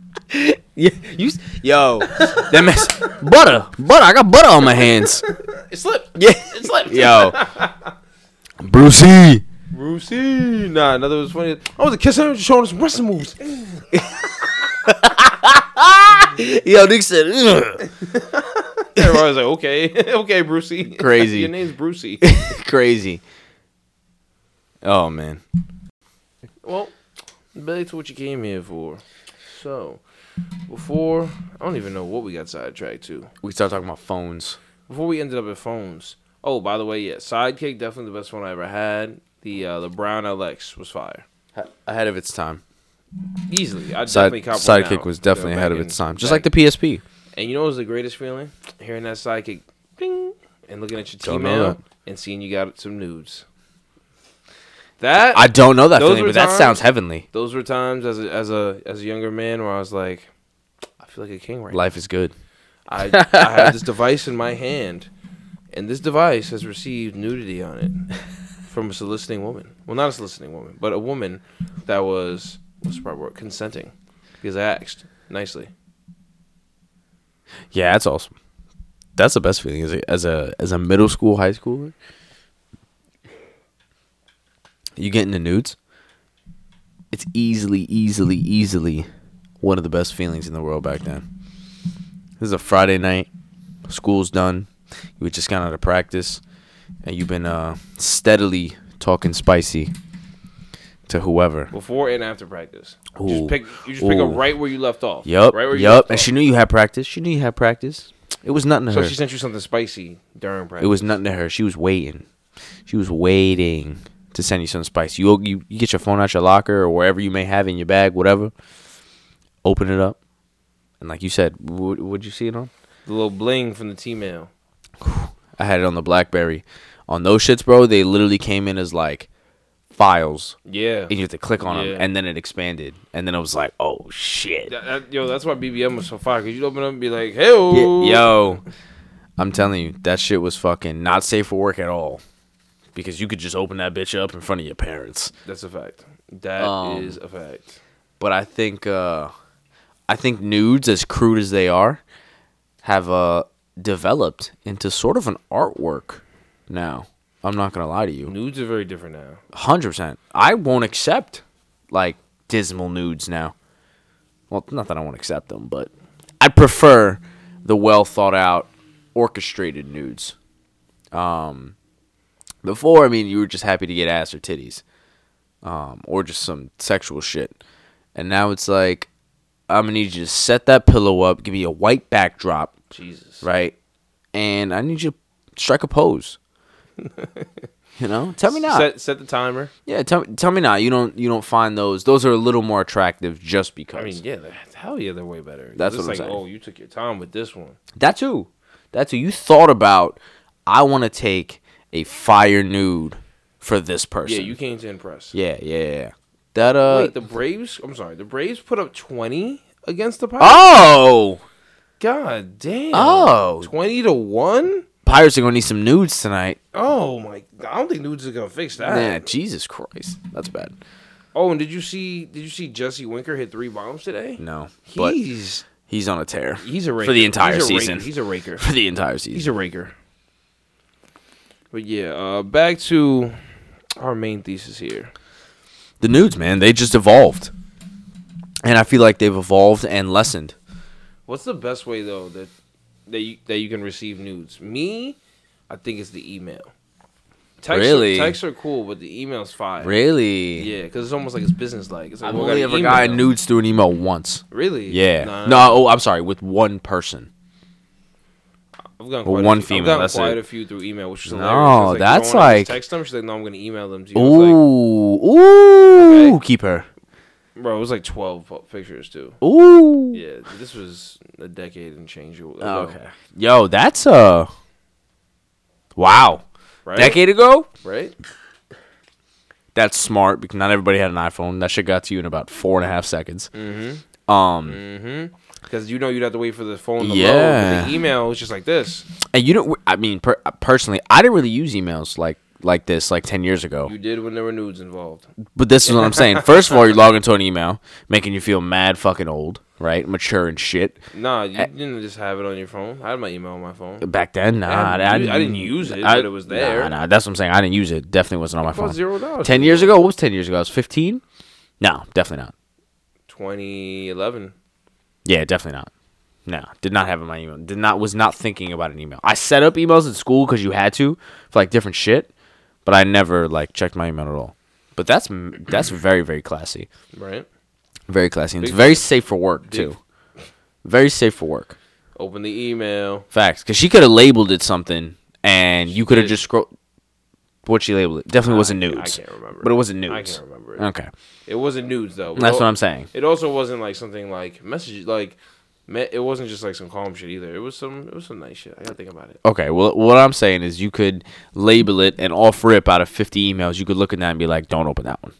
Speaker 4: yeah, you, s- yo, that mess butter, butter. I got butter on my hands.
Speaker 3: It slipped.
Speaker 4: Yeah,
Speaker 3: It slipped.
Speaker 4: yo, Brucey.
Speaker 3: Brucey. Nah, another was funny. I was a kisser showing us some wrestling moves.
Speaker 4: Yo, Nick said. "Ugh."
Speaker 3: Everybody's like, okay, okay, Brucey.
Speaker 4: Crazy.
Speaker 3: Your name's Brucey.
Speaker 4: crazy. Oh man.
Speaker 3: well, back to what you came here for. So, before I don't even know what we got sidetracked to.
Speaker 4: We start talking about phones.
Speaker 3: Before we ended up at phones. Oh, by the way, yeah, Sidekick definitely the best one I ever had. The uh, the brown LX was fire.
Speaker 4: Ahead of its time.
Speaker 3: Easily, I
Speaker 4: Side,
Speaker 3: definitely cop one
Speaker 4: sidekick
Speaker 3: now.
Speaker 4: was definitely
Speaker 3: Yeah,
Speaker 4: ahead
Speaker 3: back
Speaker 4: of
Speaker 3: in-
Speaker 4: its time. Just like
Speaker 3: back
Speaker 4: the PSP.
Speaker 3: And you know what's the greatest feeling? Hearing that sidekick ding and looking at your T
Speaker 4: Don't know
Speaker 3: mail
Speaker 4: that.
Speaker 3: and seeing you got some nudes. That
Speaker 4: I don't know that
Speaker 3: Those
Speaker 4: feeling,
Speaker 3: were
Speaker 4: but that
Speaker 3: times-
Speaker 4: sounds heavenly.
Speaker 3: those were times as a, as a as a younger man where I was like, I feel like a king right
Speaker 4: Life is good.
Speaker 3: now. I I have this device in my hand, and this device has received nudity on it from a soliciting woman. Well, not a soliciting woman, but a woman that was what's the proper word? Consenting, because I asked nicely.
Speaker 4: Yeah, that's awesome. That's the best feeling as a as a, as a middle school high schooler. You get into nudes. It's easily, easily, easily one of the best feelings in the world back then. This is a Friday night. School's done. You just got out of practice, and you've been uh, steadily talking spicy to whoever.
Speaker 3: before and after practice. You
Speaker 4: Ooh.
Speaker 3: just pick, you just pick up
Speaker 4: Ooh.
Speaker 3: right where you left off.
Speaker 4: Yup.
Speaker 3: Right where you
Speaker 4: yup.
Speaker 3: left
Speaker 4: And
Speaker 3: off.
Speaker 4: she knew you had practice. She knew you had practice. It was nothing to
Speaker 3: so
Speaker 4: her.
Speaker 3: she sent you something spicy during practice.
Speaker 4: It was nothing to her. She was waiting. She was waiting to send you some spice. You, you you get your phone out your locker or wherever you may have it in your bag, whatever. Open it up, and like you said, what would you see it on?
Speaker 3: the little bling from the T mail.
Speaker 4: I had it on the BlackBerry. On those shits, bro, they literally came in as like files,
Speaker 3: Yeah.
Speaker 4: and you had to click on
Speaker 3: Yeah.
Speaker 4: them, and then it expanded, and then it was like, oh shit,
Speaker 3: That- that- yo, that's why BBM was so fire. Cause you'd open up and be like, "Hey, yo,
Speaker 4: yo, I'm telling you, that shit was fucking not safe for work at all, because you could just open that bitch up in front of your parents.
Speaker 3: that's a fact. That is
Speaker 4: Um,
Speaker 3: a fact."
Speaker 4: but I think uh, I think nudes, as crude as they are, have uh, developed into sort of an artwork now. I'm not gonna lie to you,
Speaker 3: Nudes are very different now.
Speaker 4: hundred percent. I won't accept like dismal nudes now. Well, not that I won't accept them, but I prefer the well thought out, orchestrated nudes. Um, before, I mean, you were just happy to get ass or titties, um, or just some sexual shit, and now it's like I'm gonna need you to set that pillow up, give me a white backdrop,
Speaker 3: Jesus.
Speaker 4: right, and I need you to strike a pose. you know, tell me now.
Speaker 3: Set set the timer.
Speaker 4: Yeah, tell tell me now. You don't you don't find those. Those are a little more attractive just because.
Speaker 3: I mean, yeah, they're, hell yeah, they're way better. 'Cause
Speaker 4: That's what
Speaker 3: it's
Speaker 4: I'm
Speaker 3: like,
Speaker 4: saying.
Speaker 3: Oh, you took your time with this one.
Speaker 4: that too, that too. You thought about. I want to take a fire nude for this person.
Speaker 3: Yeah, you came to impress.
Speaker 4: Yeah, yeah, yeah. That uh.
Speaker 3: Wait, the Braves. I'm sorry, the Braves put up 20 against the Pirates.
Speaker 4: oh,
Speaker 3: God damn.
Speaker 4: Oh.
Speaker 3: 20 to 1?
Speaker 4: pirates are gonna need some nudes tonight.
Speaker 3: Oh my I don't think nudes is gonna fix that.
Speaker 4: Nah, Jesus Christ, that's bad.
Speaker 3: Oh, and did you see did you see Jesse Winker hit three bombs today?
Speaker 4: No, but
Speaker 3: He's
Speaker 4: he's on a tear.
Speaker 3: he's a raker.
Speaker 4: for the entire
Speaker 3: He's a raker.
Speaker 4: season.
Speaker 3: He's a raker.
Speaker 4: for the entire season.
Speaker 3: He's a raker. But yeah, uh, back to our main thesis here.
Speaker 4: the nudes, man. They just evolved, and I feel like they've evolved and lessened.
Speaker 3: What's the best way though that that you, that you can receive nudes? Me, I think it's the email. Text
Speaker 4: Really?
Speaker 3: Texts are cool, but the email's fine.
Speaker 4: Really?
Speaker 3: Yeah, because it's almost like it's business like. It's like
Speaker 4: I've
Speaker 3: well,
Speaker 4: only
Speaker 3: I got an
Speaker 4: ever gotten
Speaker 3: email.
Speaker 4: nudes through an email once.
Speaker 3: Really?
Speaker 4: Yeah.
Speaker 3: Nah,
Speaker 4: No, oh, I'm sorry, with one person.
Speaker 3: I've gotten
Speaker 4: Well,
Speaker 3: quite
Speaker 4: one
Speaker 3: a few,
Speaker 4: female,
Speaker 3: I've gotten
Speaker 4: that's
Speaker 3: quite
Speaker 4: it.
Speaker 3: a few through email, which is
Speaker 4: No,
Speaker 3: hilarious. 'cause, you
Speaker 4: that's
Speaker 3: don't wanna just
Speaker 4: like-
Speaker 3: text them. She's like, no, I'm gonna email them to you. I was like,
Speaker 4: Ooh, ooh,
Speaker 3: Okay.
Speaker 4: keep her.
Speaker 3: bro, it was like 12 pu- pictures too.
Speaker 4: Ooh.
Speaker 3: Yeah, this was a decade and change. ago.
Speaker 4: Oh, okay. Yo, that's uh. Wow.
Speaker 3: Right?
Speaker 4: Decade ago.
Speaker 3: Right?
Speaker 4: That's smart because not everybody had an iPhone. That shit got to you in about four and a half seconds. Mm-hmm. Um,
Speaker 3: Mm-hmm. Because you know you'd have to wait for the phone to load.
Speaker 4: Yeah.
Speaker 3: But the email was just like this.
Speaker 4: and you don't. I mean, per, personally, I didn't really use emails like like this like ten years ago.
Speaker 3: You did when there were nudes involved.
Speaker 4: But this is what I'm saying. First of all, you log into an email, making you feel mad fucking old, right? Mature and shit.
Speaker 3: Nah, you didn't just have it on your phone. I had my email on my phone.
Speaker 4: Back then, nah,
Speaker 3: I
Speaker 4: I,
Speaker 3: didn't u- I didn't use it, but it was there.
Speaker 4: Nah, nah, that's what I'm saying. I didn't use it. Definitely wasn't on my
Speaker 3: cost
Speaker 4: phone.
Speaker 3: zero dollars.
Speaker 4: Ten years ago, what was ten years ago? I was fifteen. No, definitely not.
Speaker 3: 2011.
Speaker 4: Yeah, definitely not. No, did not have it in my email. Did not was not thinking about an email. I set up emails in school because you had to for like different shit, but I never like checked my email at all. But that's m- that's very very classy,
Speaker 3: Right?
Speaker 4: very classy. And it's
Speaker 3: Big-
Speaker 4: very safe for work too. Very safe for work.
Speaker 3: Open the email.
Speaker 4: Facts, because she could have labeled it something, and you could have
Speaker 3: did.
Speaker 4: just scrolled. What she labeled it definitely wasn't
Speaker 3: I
Speaker 4: nudes.
Speaker 3: can't remember.
Speaker 4: But it wasn't
Speaker 3: I
Speaker 4: nudes.
Speaker 3: can't remember it.
Speaker 4: Okay,
Speaker 3: It wasn't nudes though.
Speaker 4: that's
Speaker 3: It
Speaker 4: what
Speaker 3: al-
Speaker 4: I'm saying.
Speaker 3: It also wasn't like something like message like. Me- it wasn't just like some calm shit either. It was some. It was some nice shit. I gotta think about it.
Speaker 4: Okay, well, what I'm saying is you could label it and off rip out of 50 emails, you could look at that and be like, "Don't open that one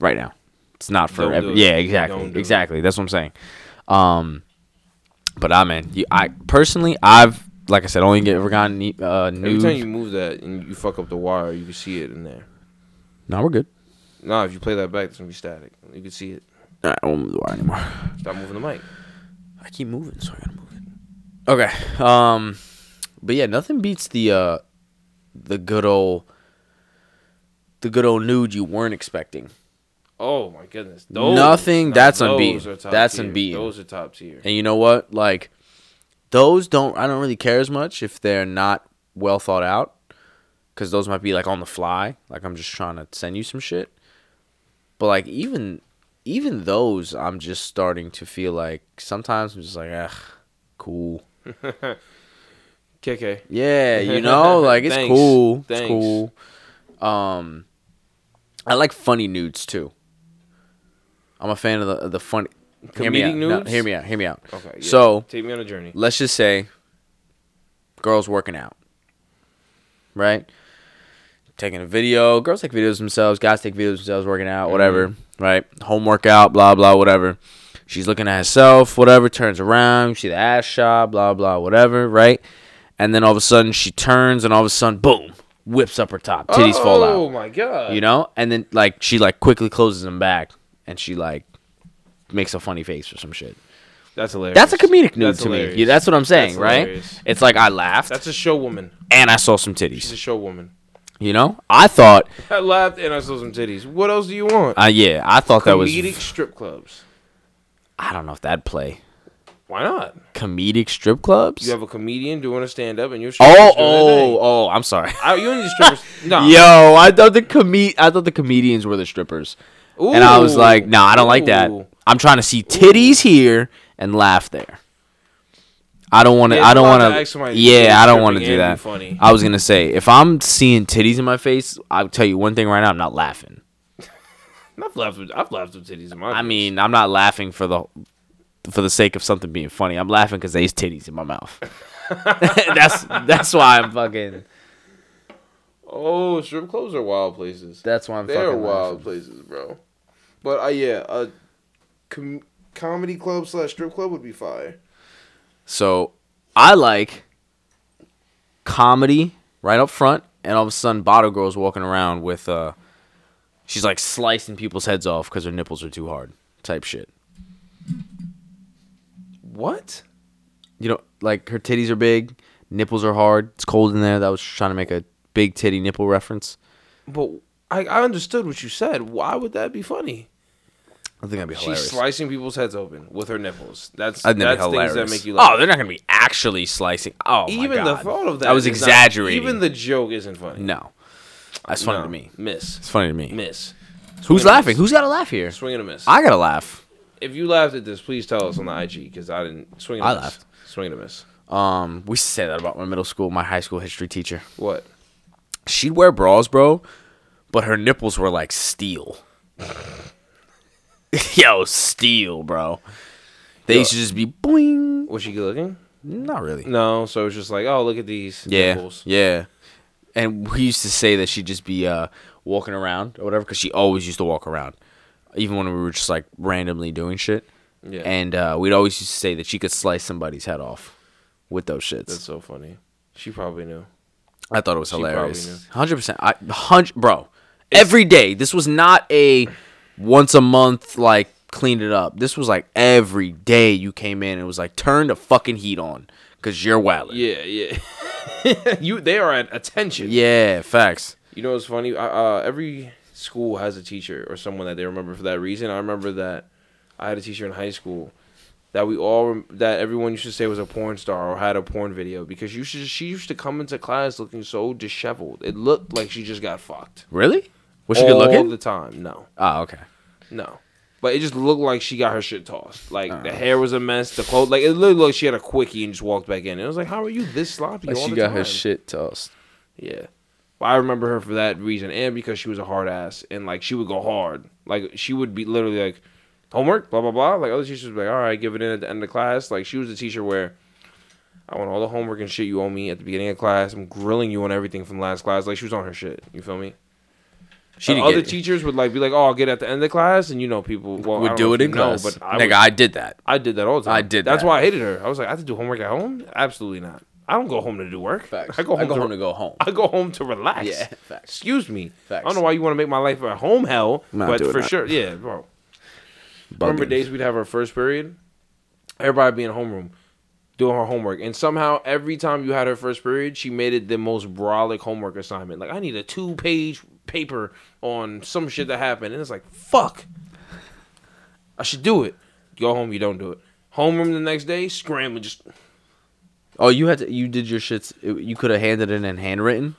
Speaker 4: right now. It's not for
Speaker 3: Don't
Speaker 4: every-
Speaker 3: do it.
Speaker 4: yeah, exactly,
Speaker 3: Don't do it.
Speaker 4: exactly. That's what I'm saying. Um, but I mean, you, I personally, I've like I said, only get ever gotten e- uh,
Speaker 3: Every
Speaker 4: news.
Speaker 3: time you move that and you fuck up the wire, you can see it in there.
Speaker 4: no, we're good.
Speaker 3: Nah, if you play that back, it's gonna be static. You can see it.
Speaker 4: All right, I won't move the wire anymore.
Speaker 3: Stop moving the mic.
Speaker 4: I keep moving, so I gotta move it. Okay. Um but yeah, nothing beats the uh the good old the good old nude you weren't expecting.
Speaker 3: Oh my goodness. Those,
Speaker 4: Nothing,
Speaker 3: nah,
Speaker 4: that's
Speaker 3: those
Speaker 4: unbeaten.
Speaker 3: are top
Speaker 4: That's
Speaker 3: tier.
Speaker 4: unbeaten.
Speaker 3: Those are top tier.
Speaker 4: And you know what? Like those don't I don't really care as much if they're not well thought out cuz those might be like on the fly, like I'm just trying to send you some shit. But like even even those I'm just starting to feel like sometimes I'm just like, "Ugh, cool."
Speaker 3: KK.
Speaker 4: Yeah, you know, like it's
Speaker 3: Thanks.
Speaker 4: cool. It's
Speaker 3: Thanks.
Speaker 4: cool. Um, I like funny nudes too. I'm a fan of the the funny. hear me
Speaker 3: Comedic
Speaker 4: out. No,
Speaker 3: nudes?
Speaker 4: hear me out. Hear me out.
Speaker 3: Okay. yeah.
Speaker 4: So
Speaker 3: take me on a journey.
Speaker 4: let's just say, girls working out, right? Taking a video. Girls take videos of themselves. Guys take videos of themselves working out. Whatever,
Speaker 3: Mm-hmm.
Speaker 4: right? Home workout. Blah blah. Whatever. She's looking at herself. Whatever. Turns around. You see the ass shot. Blah blah. Whatever. Right? And then all of a sudden she turns, and all of a sudden, boom, whips up her top. Titties
Speaker 3: oh,
Speaker 4: fall out
Speaker 3: Oh my god.
Speaker 4: you know and then like she like quickly closes them back and she like makes a funny face or some shit
Speaker 3: that's hilarious.
Speaker 4: that's a comedic nude
Speaker 3: That's
Speaker 4: to
Speaker 3: hilarious.
Speaker 4: me yeah, that's what i'm saying
Speaker 3: That's
Speaker 4: right
Speaker 3: hilarious.
Speaker 4: it's like i laughed
Speaker 3: That's a show woman.
Speaker 4: and i saw some
Speaker 3: She's a
Speaker 4: titties
Speaker 3: show woman.
Speaker 4: you know i thought
Speaker 3: I laughed and I saw some titties. What else do you want?
Speaker 4: uh, yeah i thought that was
Speaker 3: Comedic strip clubs.
Speaker 4: i don't know if that'd play
Speaker 3: Why not?
Speaker 4: comedic strip clubs
Speaker 3: You have a comedian doing a stand up and you're
Speaker 4: oh oh
Speaker 3: oh.
Speaker 4: oh i'm sorry
Speaker 3: I, you don't need strippers. No.
Speaker 4: yo i thought the com- i thought the comedians were the strippers and i was
Speaker 3: Ooh.
Speaker 4: like no nah, i don't like that
Speaker 3: Ooh.
Speaker 4: i'm trying to see titties here and laugh there I don't want to.
Speaker 3: Yeah,
Speaker 4: I don't
Speaker 3: you're
Speaker 4: want
Speaker 3: allowed to ask
Speaker 4: to.
Speaker 3: somebody to do
Speaker 4: Yeah, I don't
Speaker 3: stripping
Speaker 4: want to do
Speaker 3: and be
Speaker 4: that.
Speaker 3: funny.
Speaker 4: I was gonna say if I'm seeing titties in my face, I'll tell you one thing right now: I'm not laughing.
Speaker 3: I've laughed with I've laughed with titties in my
Speaker 4: I mean, I'm not laughing for the for the sake of something being funny. I'm laughing because there's titties in my mouth. that's that's why I'm fucking.
Speaker 3: Oh, strip clubs are wild places.
Speaker 4: That's why I'm
Speaker 3: They're
Speaker 4: fucking.
Speaker 3: wild
Speaker 4: laughing.
Speaker 3: places, bro. But uh, yeah, a com- comedy club slash strip club would be fire.
Speaker 4: So I like comedy right up front, and all of a sudden, bottle girls walking around with uh, she's like slicing people's heads off because her nipples are too hard, type shit.
Speaker 3: What?
Speaker 4: You know, like her titties are big, nipples are hard. It's cold in there. That was trying to make a big titty nipple reference.
Speaker 3: But I, I understood what you said. Why would that be funny?
Speaker 4: I think that'd be
Speaker 3: She's slicing people's heads open with her nipples. That's
Speaker 4: That'd be
Speaker 3: that's things that
Speaker 4: hilarious.
Speaker 3: make you laugh.
Speaker 4: Oh, they're not gonna be actually slicing. Oh, my
Speaker 3: even the
Speaker 4: God.
Speaker 3: thought of that.
Speaker 4: I was
Speaker 3: is not-
Speaker 4: exaggerating.
Speaker 3: even the joke isn't funny.
Speaker 4: no, that's funny
Speaker 3: No.
Speaker 4: to me. It's
Speaker 3: Miss.
Speaker 4: funny to me.
Speaker 3: Miss.
Speaker 4: Who's
Speaker 3: Swing and a
Speaker 4: laughing?
Speaker 3: miss.
Speaker 4: Who's got to laugh here?
Speaker 3: Swing and a miss.
Speaker 4: I gotta laugh.
Speaker 3: if you laughed at this, please tell us on the IG because I didn't swing. And
Speaker 4: I
Speaker 3: a miss.
Speaker 4: laughed.
Speaker 3: Swing and a miss.
Speaker 4: Um, we used to say that about my middle school, my high school history teacher.
Speaker 3: What?
Speaker 4: She'd wear bras, bro, but her nipples were like steel. Yo, steel, bro. They used to just be boing.
Speaker 3: Was she good looking?
Speaker 4: Not really.
Speaker 3: No. So it was just like, oh, look at these.
Speaker 4: Yeah,
Speaker 3: nipples.
Speaker 4: yeah. And we used to say that she'd just be uh, walking around or whatever, because she always used to walk around, even when we were just like randomly doing shit.
Speaker 3: Yeah.
Speaker 4: And uh, we'd always used to say that she could slice somebody's head off with those shits.
Speaker 3: That's so funny. She probably knew.
Speaker 4: I thought it was
Speaker 3: She probably
Speaker 4: hilarious.
Speaker 3: knew.
Speaker 4: Hundred percent. I hundred, bro. every day. This was not a once a month like clean it up. This was like every day you came in and it was like turn the fucking heat on because you're wild.
Speaker 3: Yeah, yeah. you they are at attention.
Speaker 4: yeah, facts.
Speaker 3: You know what's funny? Uh, uh, every school has a teacher or someone that they remember for that reason. I remember that I had a teacher in high school that we all rem- that everyone used to say was a porn star or had a porn video because you should, she used to come into class looking so disheveled. It looked like she just got fucked.
Speaker 4: Really? Was she good
Speaker 3: all
Speaker 4: looking?
Speaker 3: the time. No,
Speaker 4: oh, okay.
Speaker 3: no. But it just looked like she got her shit tossed. Like the hair was a mess. The clothes, like it looked like she had a quickie and just walked back in. It was like, how are you this sloppy? all the time?
Speaker 4: tossed.
Speaker 3: Yeah. But I remember her for that reason and because she was a hard ass and like she would go hard. Like she would be literally like homework, blah blah blah. Like other teachers would be like, all right, give it in at the end of class. Like she was a teacher where I want all the homework and shit you owe me at the beginning of class. I'm grilling you on everything from last class. Like she was on her shit. You feel me?
Speaker 4: She
Speaker 3: Like,
Speaker 4: didn't
Speaker 3: other
Speaker 4: get it.
Speaker 3: teachers would like be like, oh, I'll get it at the end of class, and you know people well,
Speaker 4: Would do it in
Speaker 3: no,
Speaker 4: class.
Speaker 3: but I,
Speaker 4: Nigga,
Speaker 3: would-
Speaker 4: I did that.
Speaker 3: I did that all the time.
Speaker 4: I did
Speaker 3: That's
Speaker 4: that.
Speaker 3: why I hated her. I was like, I have to do homework at home. Absolutely not. I don't go home to do work. I go home to
Speaker 4: go home.
Speaker 3: I go home to relax.
Speaker 4: Yeah, facts.
Speaker 3: Excuse me.
Speaker 4: Facts.
Speaker 3: I don't know why you want to make my life a home hell,
Speaker 4: Nah,
Speaker 3: but
Speaker 4: do it
Speaker 3: for
Speaker 4: not.
Speaker 3: sure, yeah, bro. Remember days we'd have our first period, everybody be in homeroom doing her homework, and somehow every time you had her first period, she made it the most brolic homework assignment. Like I need a two page paper on some shit that happened, and it's like fuck, I should do it. Go home, you don't do it. Homeroom the next day, scrambling, just
Speaker 4: Oh, you had to. You did your shits. You could have handed in and handwritten.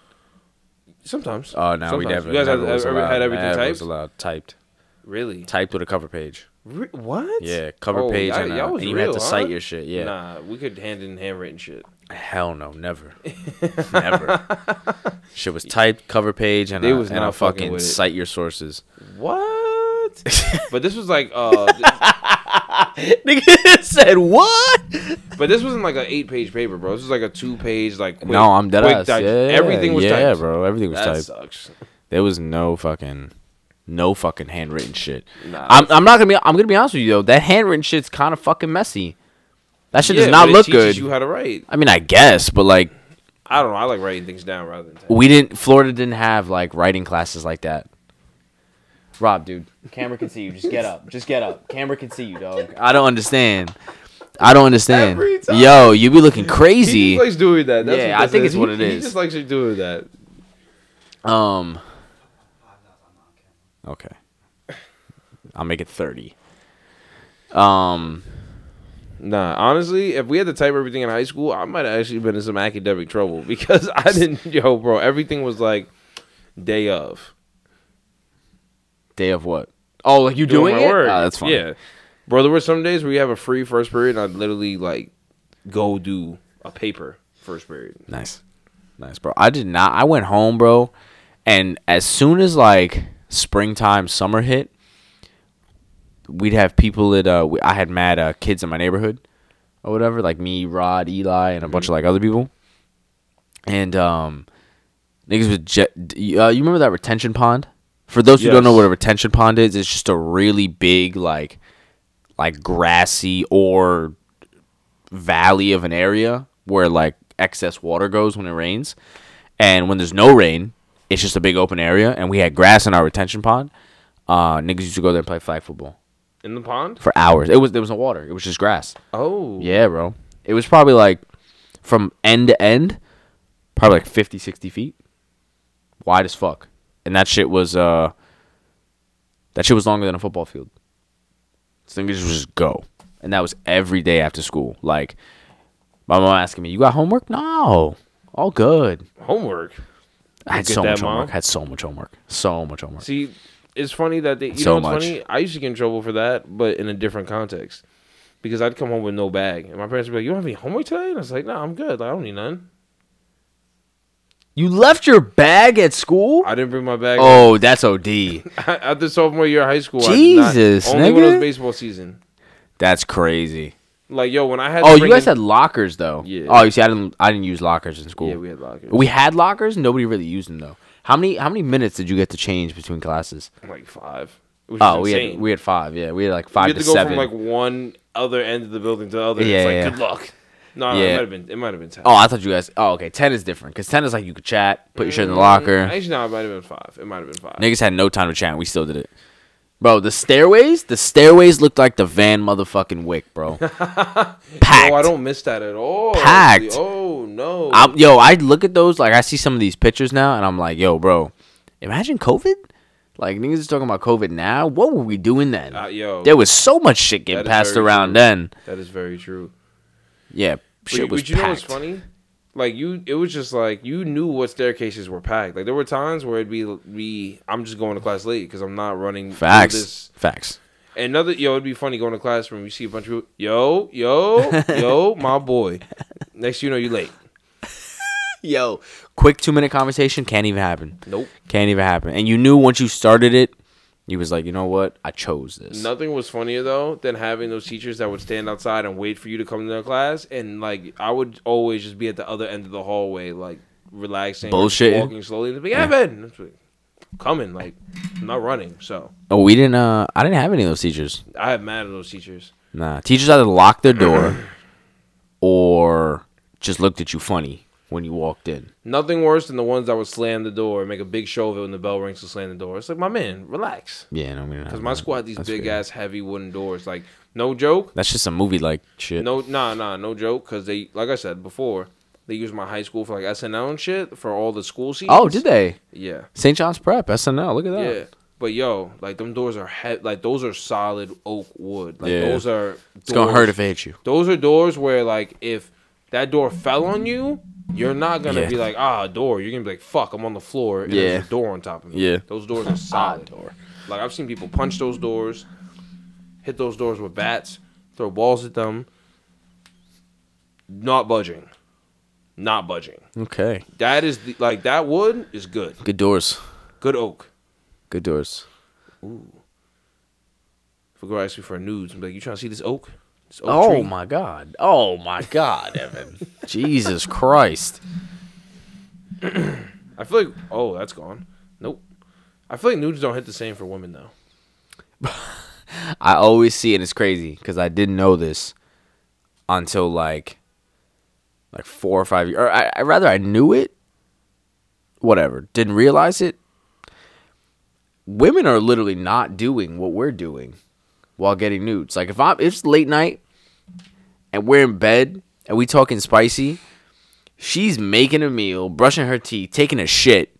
Speaker 3: sometimes.
Speaker 4: Oh no, we
Speaker 3: Sometimes.
Speaker 4: never.
Speaker 3: You guys
Speaker 4: never
Speaker 3: had,
Speaker 4: was
Speaker 3: ever-
Speaker 4: allowed-
Speaker 3: had everything
Speaker 4: never
Speaker 3: typed.
Speaker 4: Was allowed typed.
Speaker 3: Really?
Speaker 4: Typed with a cover page.
Speaker 3: Re- what?
Speaker 4: Yeah, cover page and, uh,
Speaker 3: was
Speaker 4: and you had to cite
Speaker 3: huh?
Speaker 4: your shit, yeah.
Speaker 3: Nah, we could hand in handwritten shit.
Speaker 4: Hell no, never, never. Shit was typed, cover page, and
Speaker 3: They
Speaker 4: I
Speaker 3: was
Speaker 4: was and
Speaker 3: not
Speaker 4: I
Speaker 3: fucking
Speaker 4: fucking
Speaker 3: with it.
Speaker 4: cite your sources.
Speaker 3: What? but this was like, uh, th-
Speaker 4: Nigga said what?
Speaker 3: but this wasn't like an eight-page paper, bro. This was like a two-page, like quick,
Speaker 4: no, I'm dead
Speaker 3: quick
Speaker 4: ass.
Speaker 3: dig-
Speaker 4: Yeah,
Speaker 3: everything was
Speaker 4: yeah,
Speaker 3: typed.
Speaker 4: bro. Everything was
Speaker 3: That
Speaker 4: typed.
Speaker 3: sucks.
Speaker 4: There was no fucking, no fucking handwritten shit.
Speaker 3: Nah.
Speaker 4: I'm, I'm not gonna be. I'm gonna be honest with you though. That handwritten shit's kind of fucking messy. That shit
Speaker 3: Yeah,
Speaker 4: does not
Speaker 3: but it
Speaker 4: look
Speaker 3: teaches
Speaker 4: good.
Speaker 3: You how to write?
Speaker 4: I mean, I guess, but like,
Speaker 3: I don't know. I like writing things down rather than. Typing.
Speaker 4: we didn't. Florida didn't have like writing classes like that. Rob, dude, camera can see you. Just get up. Just get up. Camera can see you, dog. I don't understand. I don't understand.
Speaker 3: Every time.
Speaker 4: Yo, you be looking
Speaker 3: He
Speaker 4: crazy.
Speaker 3: just likes doing that. That's
Speaker 4: Yeah,
Speaker 3: what
Speaker 4: I
Speaker 3: that
Speaker 4: think it's
Speaker 3: He-
Speaker 4: what it
Speaker 3: He
Speaker 4: is.
Speaker 3: just likes doing that.
Speaker 4: Um. Okay. I'll make it thirty. Um.
Speaker 3: Nah, honestly, if we had to type everything in high school, I might have actually been in some academic trouble because I didn't. Yo, bro, everything was like day of.
Speaker 4: Day of what? Oh, like you doing,
Speaker 3: my
Speaker 4: it?
Speaker 3: work.
Speaker 4: Oh, that's fine.
Speaker 3: Yeah, bro. There were some days where you have a free first period, and I'd literally like go do a paper first period.
Speaker 4: Nice. Nice, bro. I did not. I went home, bro. And as soon as like springtime, summer hit, we'd have people that uh, we, I had mad uh, kids in my neighborhood or whatever, like me, Rod, Eli, and a bunch of like other people. And um, niggas with jet. Uh, you remember that retention pond? For those who don't know
Speaker 3: Yes.
Speaker 4: what a retention pond is, it's just a really big like, like grassy or valley of an area where like excess water goes when it rains. And when there's no rain, it's just a big open area. And we had grass in our retention pond. Uh, niggas used to go there and play flag football
Speaker 3: In the pond?
Speaker 4: for hours. It was there was no water. It was just grass.
Speaker 3: Oh.
Speaker 4: Yeah, bro. It was probably like from end to end, probably like 50, 60 feet, wide as fuck. and that shit was uh, that shit was longer than a football field. So niggas would just go, and that was every day after school. Like my mom asking me, "You got homework?" No, all good.
Speaker 3: Homework.
Speaker 4: I had
Speaker 3: get
Speaker 4: so
Speaker 3: that,
Speaker 4: much
Speaker 3: Mom.
Speaker 4: homework. I had so much homework. So much homework.
Speaker 3: See, it's funny that they. You
Speaker 4: So
Speaker 3: know what's
Speaker 4: much.
Speaker 3: funny? I used to get in trouble for that, but in a different context, because I'd come home with no bag, and my parents would be like, "You don't have any homework today?" And I was like, "No, I'm good. Like, I don't need none.
Speaker 4: You left your bag at school?
Speaker 3: I didn't bring my bag."
Speaker 4: Oh, that's OD.
Speaker 3: After sophomore year of high school, I did not-
Speaker 4: Jesus,
Speaker 3: only when it
Speaker 4: nigga.
Speaker 3: was baseball season.
Speaker 4: That's crazy.
Speaker 3: Like yo, when I had.
Speaker 4: Oh,
Speaker 3: to
Speaker 4: you
Speaker 3: bring
Speaker 4: guys
Speaker 3: in-
Speaker 4: had lockers though.
Speaker 3: Yeah.
Speaker 4: Oh, you see, I didn't. I didn't use lockers in school.
Speaker 3: Yeah, we had lockers.
Speaker 4: We had lockers. Nobody really used them though. How many? How many minutes did you get to change between classes?
Speaker 3: like five. Which
Speaker 4: Oh,
Speaker 3: is
Speaker 4: we
Speaker 3: insane.
Speaker 4: had we had five. Yeah, we had like five
Speaker 3: you had
Speaker 4: to,
Speaker 3: to go
Speaker 4: seven.
Speaker 3: from like one other end of the building to the other.
Speaker 4: Yeah,
Speaker 3: it's like
Speaker 4: yeah.
Speaker 3: good luck. No, no,
Speaker 4: Yeah.
Speaker 3: it might have been. It might have been ten.
Speaker 4: oh, I thought you guys. Oh, okay. Ten is different because ten is like you could chat, put your shit in the
Speaker 3: Mm,
Speaker 4: locker.
Speaker 3: Actually, no, it might have been five. It might have been five.
Speaker 4: Niggas had no time to chat. and We still did it. Bro, the stairways, the stairways looked like the van motherfucking wick, bro. Packed.
Speaker 3: Oh, I don't miss that at all.
Speaker 4: Packed.
Speaker 3: actually. Oh no.
Speaker 4: I'm, yo, I look at those like I see some of these pictures now, and I'm like, yo, bro, imagine COVID. Like niggas is talking about COVID now. What were we doing then?
Speaker 3: Uh, yo.
Speaker 4: there was so much shit
Speaker 3: That
Speaker 4: getting
Speaker 3: is
Speaker 4: passed
Speaker 3: very
Speaker 4: around
Speaker 3: true.
Speaker 4: then.
Speaker 3: that is very true.
Speaker 4: Yeah,
Speaker 3: But
Speaker 4: shit
Speaker 3: you-
Speaker 4: was
Speaker 3: but you know what's
Speaker 4: packed.
Speaker 3: funny? Like you, it was just like you knew what staircases were packed. Like there were times where it'd be, be I'm just going to class late because I'm not running. through
Speaker 4: Facts.
Speaker 3: This
Speaker 4: Facts.
Speaker 3: Another yo, it'd be funny going to classroom. You see a bunch of people, yo, yo, yo, my boy. Next you know you late.
Speaker 4: Yo, quick two minute conversation can't even happen.
Speaker 3: Nope.
Speaker 4: Can't even happen. And you knew once you started it, you was like, you know what? I chose this.
Speaker 3: Nothing was funnier though than having those teachers that would stand outside and wait for you to come to their class, and like I would always just be at the other end of the hallway, like relaxing, or just
Speaker 4: Bullshitting.
Speaker 3: walking slowly. They'd be, yeah, man, It's like, I'm coming, like I'm not running. So
Speaker 4: Oh, we didn't. Uh, I didn't have any of those teachers.
Speaker 3: I have mad at those teachers.
Speaker 4: Nah, teachers either locked their door, or just looked at you funny when you walked in.
Speaker 3: Nothing worse than the ones that would slam the door and make a big show of it when the bell rings to slam the door. It's like my man, relax.
Speaker 4: Yeah, no, we didn't.
Speaker 3: Because
Speaker 4: have
Speaker 3: my
Speaker 4: that.
Speaker 3: school had these
Speaker 4: That's
Speaker 3: big
Speaker 4: weird.
Speaker 3: ass heavy wooden doors. Like, no joke.
Speaker 4: That's just a movie like shit.
Speaker 3: No, nah, nah, no joke. Because they, like I said before, they used my high school for like SNL and shit for all the school seats.
Speaker 4: Oh, did they?
Speaker 3: Yeah.
Speaker 4: St. John's Prep, SNL. Look at that.
Speaker 3: Yeah. But yo, like, them doors are, he- like, those are solid oak wood. Like,
Speaker 4: Yeah.
Speaker 3: those are.
Speaker 4: It's gonna hurt
Speaker 3: doors-
Speaker 4: if it hits you.
Speaker 3: Those are doors where, like, if that door fell on you, you're not gonna
Speaker 4: Yeah.
Speaker 3: be like, ah, a door. You're gonna be like, fuck, I'm on the floor. And
Speaker 4: Yeah.
Speaker 3: There's a door on top of me.
Speaker 4: Yeah.
Speaker 3: Those doors are solid. door. Like I've seen people punch those doors, hit those doors with bats, throw balls at them. Not budging. Not budging.
Speaker 4: Okay.
Speaker 3: That is the, like that wood is good.
Speaker 4: Good doors.
Speaker 3: Good oak.
Speaker 4: Good doors.
Speaker 3: If a girl asks me for a nudes, I'm like, you trying to see this oak? This oak
Speaker 4: Oh
Speaker 3: tree?
Speaker 4: my god. Oh my god, Evan. Jesus Christ.
Speaker 3: I feel like oh, that's gone. Nope. I feel like nudes don't hit the same for women though.
Speaker 4: I always see and it's crazy because I didn't know this until like like four or five years or I, I rather I knew it. Whatever. Didn't realize it. Women are literally not doing what we're doing while getting nudes. Like if I'm if it's late night and we're in bed and we talking spicy, she's making a meal, brushing her teeth, taking a shit,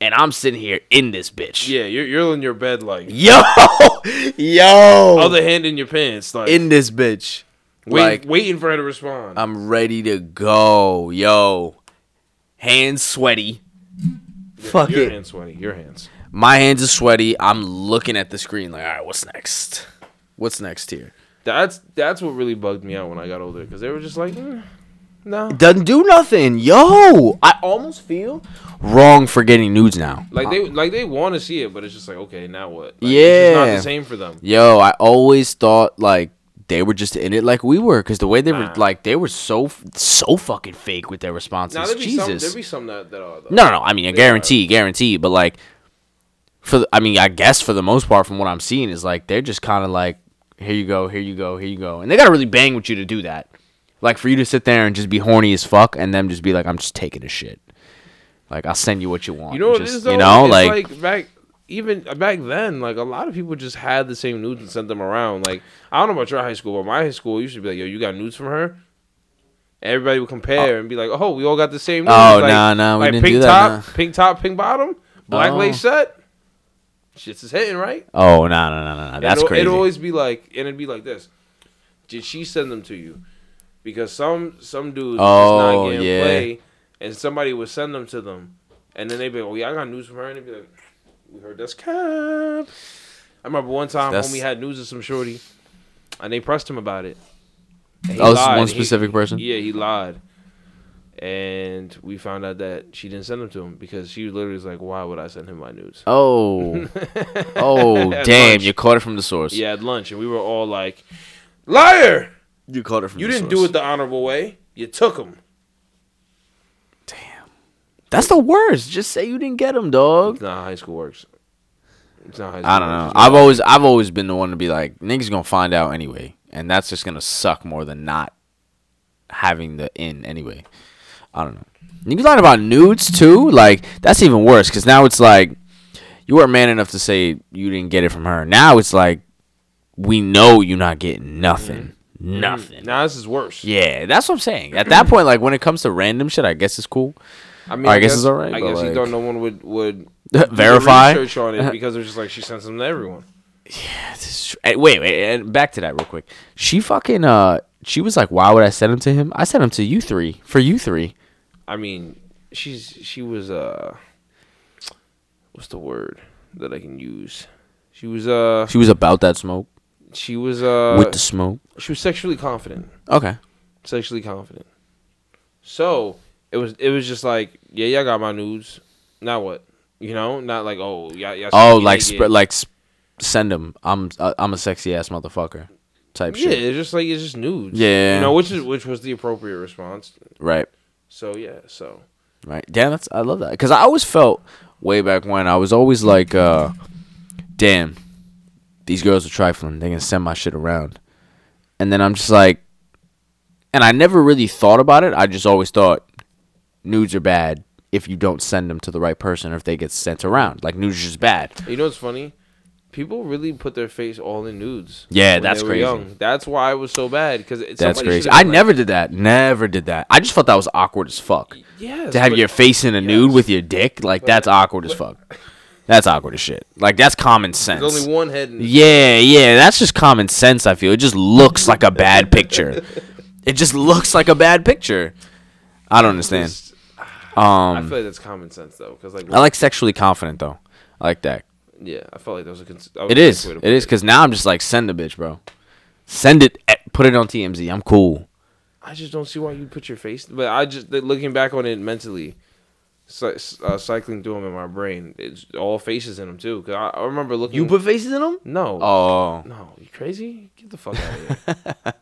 Speaker 4: and I'm sitting here in this bitch.
Speaker 3: Yeah, you're you're in your bed like
Speaker 4: Yo, yo
Speaker 3: other hand in your pants, like
Speaker 4: in this bitch.
Speaker 3: wait,
Speaker 4: like
Speaker 3: waiting for her to respond.
Speaker 4: I'm ready to go, yo. Hands sweaty. Fuck
Speaker 3: your
Speaker 4: it.
Speaker 3: hands sweaty. Your hands.
Speaker 4: My hands are sweaty. I'm looking at the screen like, all right, what's next? What's next here?
Speaker 3: That's that's what really bugged me out when I got older because they were just like, "Mm, no,
Speaker 4: Doesn't do nothing, yo. I almost feel wrong for getting nudes now.
Speaker 3: like they like they want to see it, but it's just like okay, now what? Like, it's just not
Speaker 4: Yeah.
Speaker 3: the same for them.
Speaker 4: Yo, I always thought like they were just in it like we were, cause the way they were
Speaker 3: Nah.
Speaker 4: like they were so f- so fucking fake with their responses.
Speaker 3: Now there be some
Speaker 4: Jesus,
Speaker 3: there be some that that are though.
Speaker 4: No, no, no. I mean, I
Speaker 3: They are.
Speaker 4: guarantee, guarantee. But like, for the, I mean, I guess for the most part, from what I'm seeing, is like they're just kind of like, here you go, here you go, here you go, and they gotta really bang with you to do that. Like for you to sit there and just be horny as fuck, and them just be like, I'm just taking a shit. Like I'll send you what you want.
Speaker 3: You know what
Speaker 4: just,
Speaker 3: it is though.
Speaker 4: You know,
Speaker 3: It's
Speaker 4: like,
Speaker 3: back even back then, like a lot of people just had the same nudes and sent them around. Like I don't know about your high school, but my high school used to be like, yo, you got nudes from her. Everybody would compare and be like, "Oh, we all got the same." nudes.
Speaker 4: Oh,
Speaker 3: like,
Speaker 4: nah, nah, we
Speaker 3: like
Speaker 4: didn't
Speaker 3: pink
Speaker 4: do that,
Speaker 3: top,
Speaker 4: nah.
Speaker 3: pink top, pink bottom. Black
Speaker 4: Oh.
Speaker 3: lace set. Shit's is hitting right.
Speaker 4: Oh no no no no no! That's
Speaker 3: it'll,
Speaker 4: crazy.
Speaker 3: It'd always be like, and it'd be like this: Did she send them to you? Because some some dudes was
Speaker 4: Oh,
Speaker 3: not getting
Speaker 4: yeah.
Speaker 3: play, and somebody would send them to them, and then they'd be like, "Oh yeah, I got news from her," and they'd be like, "We heard that's cap." I remember one time
Speaker 4: That's-
Speaker 3: homie had news of some shorty, and they pressed him about it. And he
Speaker 4: Oh, this is
Speaker 3: lied.
Speaker 4: one
Speaker 3: He-
Speaker 4: specific person?
Speaker 3: Yeah, he lied. And we found out that she didn't send them to him because she literally was like, "Why would I send him my news?"
Speaker 4: oh oh
Speaker 3: At
Speaker 4: damn!
Speaker 3: lunch.
Speaker 4: You caught it from the source.
Speaker 3: Yeah, at lunch, and we were all like, "Liar!
Speaker 4: you caught it from.
Speaker 3: You didn't do it the honorable way. You took him."
Speaker 4: That's the worst. Just say you didn't get him, dog.
Speaker 3: It's not how high school works. It's not how high school
Speaker 4: I don't know.
Speaker 3: works.
Speaker 4: I've always I've always been the one to be like niggas gonna find out anyway, and that's just gonna suck more than not having the in anyway. I don't know. Niggas lying about nudes too. Like that's even worse because now it's like you weren't man enough to say you didn't get it from her. Now it's like we know you're not getting nothing, nothing.
Speaker 3: Now Mm, this is worse.
Speaker 4: Yeah, that's what I'm saying. At that point, like when it comes to random shit, I guess it's cool.
Speaker 3: I mean,
Speaker 4: I guess it's all right,
Speaker 3: I
Speaker 4: but,
Speaker 3: guess you
Speaker 4: like-
Speaker 3: thought no one would would do the
Speaker 4: Verify.
Speaker 3: research on it because they're just like she sends them to everyone.
Speaker 4: Eh, Wait, wait, and back to that real quick. She fucking uh she was like, Why would I send him to him? I sent him to you three. For you three.
Speaker 3: I mean, she's she was uh, what's the word that I can use? She was uh,
Speaker 4: She was about that smoke.
Speaker 3: she was uh,
Speaker 4: with the smoke.
Speaker 3: she was sexually confident.
Speaker 4: Okay.
Speaker 3: sexually confident. So it was it was just like, yeah, y'all got my nudes. Now what? You know, not like oh yeah yeah.
Speaker 4: Oh, like spread like sp- send him. I'm uh, I'm a sexy ass motherfucker type
Speaker 3: yeah.
Speaker 4: shit.
Speaker 3: It's just like it's just nudes.
Speaker 4: Yeah.
Speaker 3: you know, which is which was the appropriate response.
Speaker 4: Right.
Speaker 3: So yeah, so
Speaker 4: Right. Damn, that's I love that. Cause I always felt way back when I was always like, uh damn, these girls are trifling. They can send my shit around. And then I'm just like and I never really thought about it. I just always thought nudes are bad if you don't send them to the right person or if they get sent around. Like nudes are just bad.
Speaker 3: you know what's funny? People really put their face all in nudes.
Speaker 4: Yeah,
Speaker 3: when
Speaker 4: that's
Speaker 3: they were
Speaker 4: crazy.
Speaker 3: That's why it was so bad because
Speaker 4: That's crazy. I never did that. Never did that. I just thought that was awkward as fuck.
Speaker 3: Yes,
Speaker 4: to have
Speaker 3: but-
Speaker 4: your face in a nude
Speaker 3: yes.
Speaker 4: with your dick, like that's awkward as fuck. That's awkward as shit. Like that's common sense.
Speaker 3: There's only one head. In
Speaker 4: Yeah, yeah, that's just common sense. I feel it just looks like a bad picture. It just looks like a bad picture. I don't understand.
Speaker 3: It's- I
Speaker 4: Um,
Speaker 3: feel like that's common sense though, because like
Speaker 4: I like sexually confident though. I like that.
Speaker 3: yeah, I felt like that was a. Cons- that was
Speaker 4: It
Speaker 3: a
Speaker 4: is.
Speaker 3: nice way to
Speaker 4: It
Speaker 3: put
Speaker 4: is because now I'm just like send the bitch, bro. Send it. eh, Put it on TMZ. I'm cool.
Speaker 3: I just don't see why you put your face. But I just that looking back on it mentally, cy- uh, cycling through them in my brain, it's all faces in them too. Cause I, I remember looking.
Speaker 4: faces in them?
Speaker 3: no,
Speaker 4: Oh,
Speaker 3: no, you crazy? Get the fuck out of here.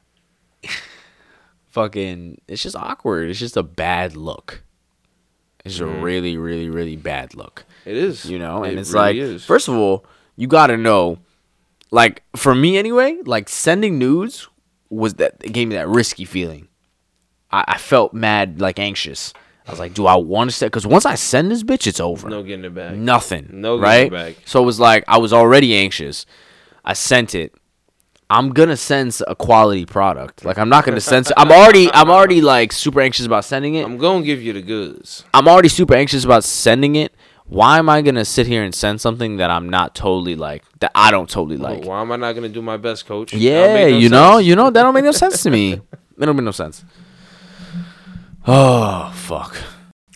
Speaker 4: fucking! It's just awkward. It's just a bad look. It's a really, really, really bad look.
Speaker 3: It is,
Speaker 4: you know and
Speaker 3: It
Speaker 4: it's
Speaker 3: really
Speaker 4: like
Speaker 3: is.
Speaker 4: first of all you gotta know like for me anyway like sending nudes was that it gave me that risky feeling i, I felt mad like anxious i was like do i want to send because once i send this bitch it's over
Speaker 3: no getting it back.
Speaker 4: nothing
Speaker 3: No
Speaker 4: no
Speaker 3: getting
Speaker 4: right
Speaker 3: it back.
Speaker 4: so it was like i was already anxious i sent it i'm gonna send a quality product like i'm not gonna send i'm already i'm already like super anxious about sending it
Speaker 3: I'm gonna give you the goods.
Speaker 4: I'm already super anxious about sending it. Why am I gonna sit here and send something that I'm not totally like that I don't totally
Speaker 3: Like,
Speaker 4: like?
Speaker 3: why am I not gonna do my best, coach? That don't
Speaker 4: yeah,
Speaker 3: make no
Speaker 4: you know,
Speaker 3: sense.
Speaker 4: you know that don't make no sense to me. It don't make no sense. Oh fuck!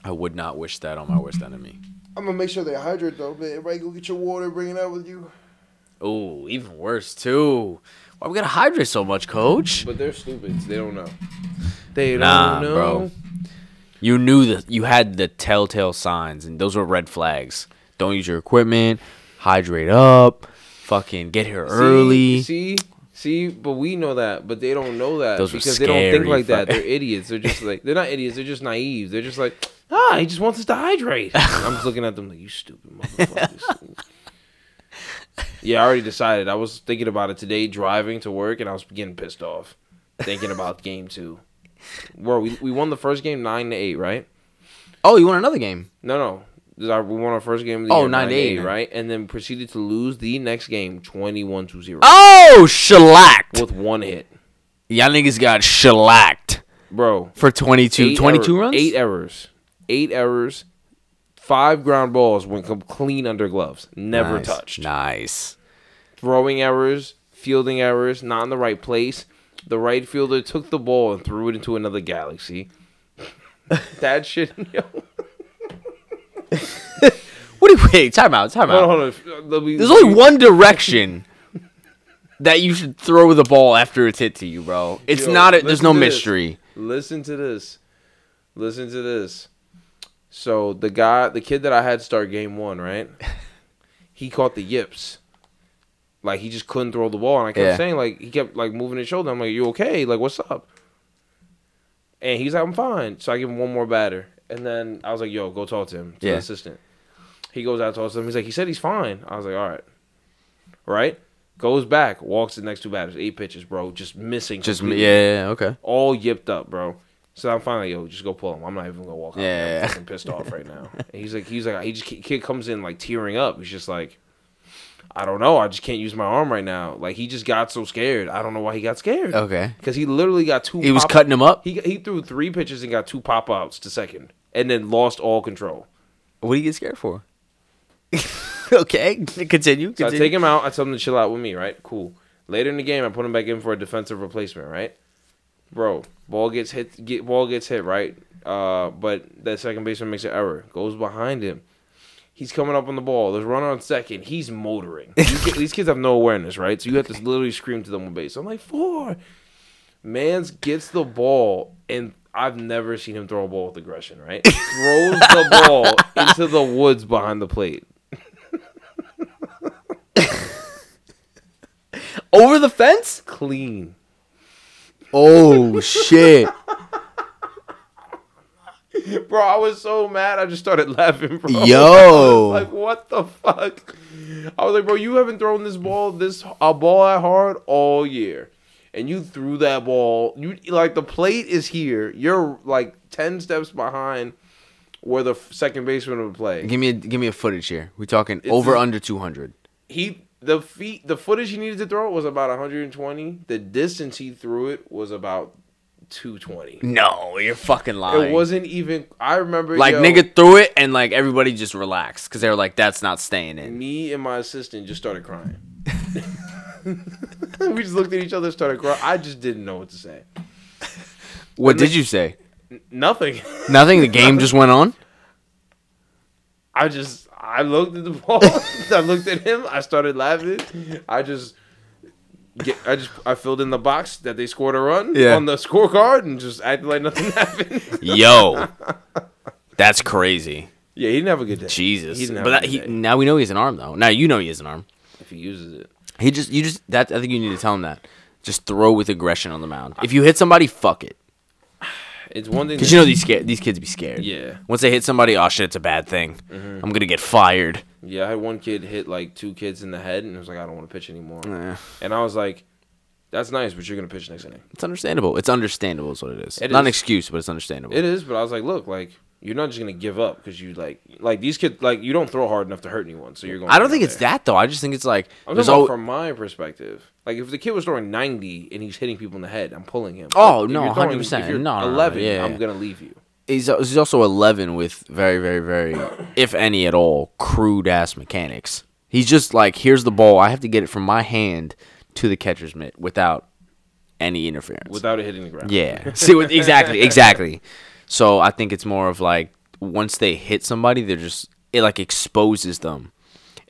Speaker 4: I would not wish that on my worst enemy.
Speaker 5: I'm gonna make sure they hydrate though, man. Everybody go get your water, bring it out with you.
Speaker 4: Oh, even worse too. Why we gotta hydrate so much, Coach?
Speaker 3: But they're stupids. They don't know. They don't
Speaker 4: Nah,
Speaker 3: know.
Speaker 4: bro. You knew that you had the telltale signs, and those were red flags. Don't use your equipment. Hydrate up. Fucking get here
Speaker 3: See,
Speaker 4: early.
Speaker 3: See, see, but we know that, but they don't know that
Speaker 4: Those were
Speaker 3: because they don't think
Speaker 4: scary
Speaker 3: like that.
Speaker 4: fu-
Speaker 3: They're idiots. They're just like they're not idiots. They're just naive. They're just like ah, he just wants us to hydrate. I'm just looking at them like you stupid motherfuckers. yeah, I already decided. I was thinking about it today driving to work, and I was getting pissed off thinking about game two. Bro, we we won the first game nine to eight, right?
Speaker 4: Oh, you want another game?
Speaker 3: No, no. This is our- We won our first game of the
Speaker 4: Oh,
Speaker 3: year,
Speaker 4: 9 to 8,
Speaker 3: 9-8, right? And then proceeded to lose the next game 21 to 0
Speaker 4: Oh, shellacked.
Speaker 3: with one hit.
Speaker 4: Y'all niggas got shellacked
Speaker 3: Bro.
Speaker 4: for 22,
Speaker 3: eight
Speaker 4: 22
Speaker 3: error-
Speaker 4: runs.
Speaker 3: Eight errors. Eight errors. Five ground balls went com- clean under gloves, never
Speaker 4: nice.
Speaker 3: touched.
Speaker 4: Nice.
Speaker 3: Throwing errors, fielding errors, not in the right place. The right fielder took the ball and threw it into another galaxy. that shit. Yo,
Speaker 4: What do you wait? Time out. Time
Speaker 3: hold
Speaker 4: out.
Speaker 3: on, hold on. Let me-
Speaker 4: There's only one direction that you should throw the ball after it's hit to you, bro. It's
Speaker 3: Yo,
Speaker 4: not. A, there's
Speaker 3: listen
Speaker 4: no
Speaker 3: to this.
Speaker 4: mystery.
Speaker 3: Listen to this. Listen to this. So the guy, the kid that I had start game one, right? He caught the yips. Like he just couldn't throw the ball, and I kept
Speaker 4: Yeah.
Speaker 3: saying like he kept like moving his shoulder. I'm like, "You okay? Like what's up?" And he's like, "I'm fine." So I give him one more batter, and then I was like, "Yo, go talk to him to
Speaker 4: Yeah.
Speaker 3: the assistant." He goes out talks to him. He's like, "He said he's fine." I was like, "All right, right." Goes back, walks the next two batters, eight pitches, bro, just missing.
Speaker 4: Just yeah,
Speaker 3: completely
Speaker 4: yeah, yeah, okay.
Speaker 3: all yipped up, bro. So I'm finally yo, just go pull him. I'm not even gonna walk. out.
Speaker 4: Yeah.
Speaker 3: I'm fucking pissed off right now. And he's like, he's like, he just kid comes in like tearing up. He's just like, I don't know. I just can't use my arm right now. Like he just got so scared. I don't know why he got scared.
Speaker 4: Okay.
Speaker 3: Because he literally got two.
Speaker 4: He was cutting him up.
Speaker 3: He got- he threw three pitches and got two pop outs to second, and then lost all control.
Speaker 4: What do you get scared for? okay, continue. continue.
Speaker 3: So I take him out. I tell him to chill out with me, right? Cool. Later in the game, I put him back in for a defensive replacement, right? Bro, ball gets hit. Get ball gets hit, right? Uh, but that second baseman makes an error. Goes behind him. He's coming up on the ball. There's a runner on second. He's motoring. These ki- These kids have no awareness, right? So you have to literally scream to them on base. I'm like four. Mans gets the ball, and I've never seen him throw a ball with aggression. Right? Throws the ball into the woods behind the plate.
Speaker 4: over the fence.
Speaker 3: Clean.
Speaker 4: Oh shit!
Speaker 3: Bro, I was so mad. I just started laughing, bro.
Speaker 4: Yo.
Speaker 3: like, what the fuck? I was like, bro, you haven't thrown this ball, this a ball at hard all year, and you threw that ball. You like the plate is here. You're like ten steps behind where the f- second baseman would play.
Speaker 4: give me a give me a footage here. We talking over
Speaker 3: a-
Speaker 4: under two hundred.
Speaker 3: He the feet, the footage he needed to throw was about 120. The distance he threw it was about 220.
Speaker 4: No, you're fucking lying.
Speaker 3: It wasn't even. I remember
Speaker 4: like
Speaker 3: yo,
Speaker 4: nigga threw it and like everybody just relaxed because they were like, that's not staying in.
Speaker 3: me and my assistant just started crying. we just looked at each other, started crying. I just didn't know what to say.
Speaker 4: What did you say?
Speaker 3: Nothing.
Speaker 4: Nothing. The game just went on.
Speaker 3: I just I looked at the ball. I looked at him. I started laughing. I just get, I just I filled in the box that they scored a run
Speaker 4: Yeah.
Speaker 3: on the scorecard and just acted like nothing happened.
Speaker 4: Yo, that's crazy.
Speaker 3: yeah, he didn't have a good day.
Speaker 4: Jesus.
Speaker 3: he didn't have
Speaker 4: but
Speaker 3: a
Speaker 4: that,
Speaker 3: good
Speaker 4: he,
Speaker 3: day
Speaker 4: now we know he has an arm though. Now you know he has an arm.
Speaker 3: if he uses it.
Speaker 4: He just you just that I think you need to tell him that. Just throw with aggression on the mound. If you hit somebody, fuck it.
Speaker 3: It's one thing.
Speaker 4: Cause
Speaker 3: that-
Speaker 4: you know these scared, these kids be scared.
Speaker 3: Yeah. Mm-hmm.
Speaker 4: Once they hit somebody, oh shit, it's a bad thing. I'm gonna get fired.
Speaker 3: Yeah, I had one kid hit like two kids in the head, and I was like, I don't want to pitch anymore.
Speaker 4: Yeah.
Speaker 3: And I was like, that's nice, but you're gonna pitch next inning.
Speaker 4: It's understandable. It's understandable is what it is.
Speaker 3: It
Speaker 4: Not an
Speaker 3: is.
Speaker 4: excuse, but it's understandable.
Speaker 3: It is, but I was like, look, like you're not just gonna give up because you like like these kids like you don't throw hard enough to hurt anyone, so you're going.
Speaker 4: I don't think it's that though. I just think it's like
Speaker 3: I'm
Speaker 4: there's
Speaker 3: talking about
Speaker 4: al-
Speaker 3: from my perspective. Like if the kid was throwing 90 and he's hitting people in the head, I'm pulling him.
Speaker 4: Oh,
Speaker 3: If
Speaker 4: no,
Speaker 3: you're throwing-
Speaker 4: 100%.
Speaker 3: If you're
Speaker 4: No, no, no,
Speaker 3: 11,
Speaker 4: yeah,
Speaker 3: I'm
Speaker 4: yeah.
Speaker 3: gonna leave you.
Speaker 4: he's, he's also 11 with very, very, very, if any at all, crude ass mechanics. He's just like, here's the ball. I have to get it from my hand to the catcher's mitt without any interference.
Speaker 3: Without it hitting the ground.
Speaker 4: yeah. See, what, exactly, exactly. So I think it's more of like once they hit somebody, they're just it like exposes them.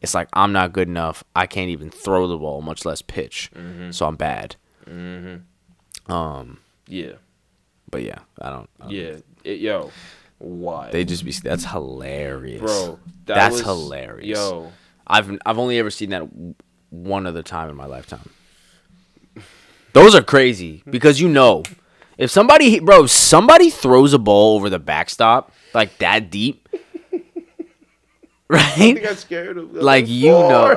Speaker 4: It's like I'm not good enough. I can't even throw the ball, much less pitch.
Speaker 3: Mm-hmm.
Speaker 4: So I'm bad. Um,
Speaker 3: Yeah.
Speaker 4: but yeah, I don't. I don't
Speaker 3: Yeah. It, yo. Why?
Speaker 4: They just be that's hilarious,
Speaker 3: Bro. that
Speaker 4: that's
Speaker 3: was-
Speaker 4: hilarious.
Speaker 3: Yo.
Speaker 4: I've I've only ever seen that w- one other time in my lifetime. Those are crazy because you know, if somebody bro, if somebody throws a ball over the backstop like that deep,
Speaker 3: I
Speaker 4: right?
Speaker 3: got scared of
Speaker 4: Like you know,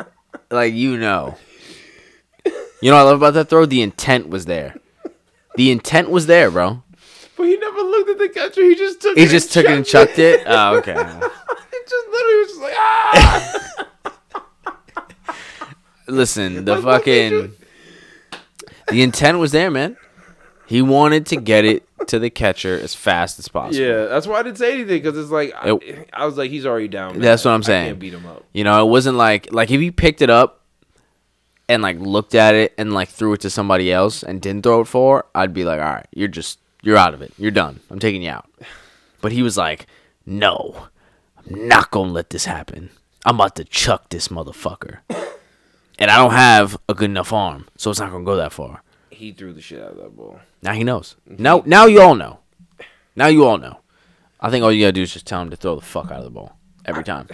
Speaker 4: like you know. You know what I love about that throw? The intent was there. The intent was there, bro.
Speaker 3: But he never looked at the catcher. He just took
Speaker 4: He
Speaker 3: it
Speaker 4: just took it and
Speaker 3: chucked
Speaker 4: chucked it. Oh, okay.
Speaker 3: It just literally was just like ah.
Speaker 4: Listen, the
Speaker 3: what did
Speaker 4: fucking the intent was there, man. He wanted to get it to the catcher as fast as possible.
Speaker 3: Yeah, that's why I didn't say anything because it's like I,
Speaker 4: It-
Speaker 3: I was like he's already down.
Speaker 4: That's what I'm
Speaker 3: I
Speaker 4: saying.
Speaker 3: can't beat him up.
Speaker 4: You know, it wasn't like like if you picked it up and like looked at it and like threw it to somebody else and didn't throw it for, I'd be like, all right, you're just you're out of it. You're done. I'm taking you out. But he was like, no, I'm not gonna let this happen. I'm about to chuck this motherfucker. And I don't have a good enough arm, so it's not gonna go that far.
Speaker 3: He threw the shit out of that ball.
Speaker 4: Now he knows. Now now you all know. Now you all know. I think all you gotta do is just tell him to throw the fuck out of the ball every time.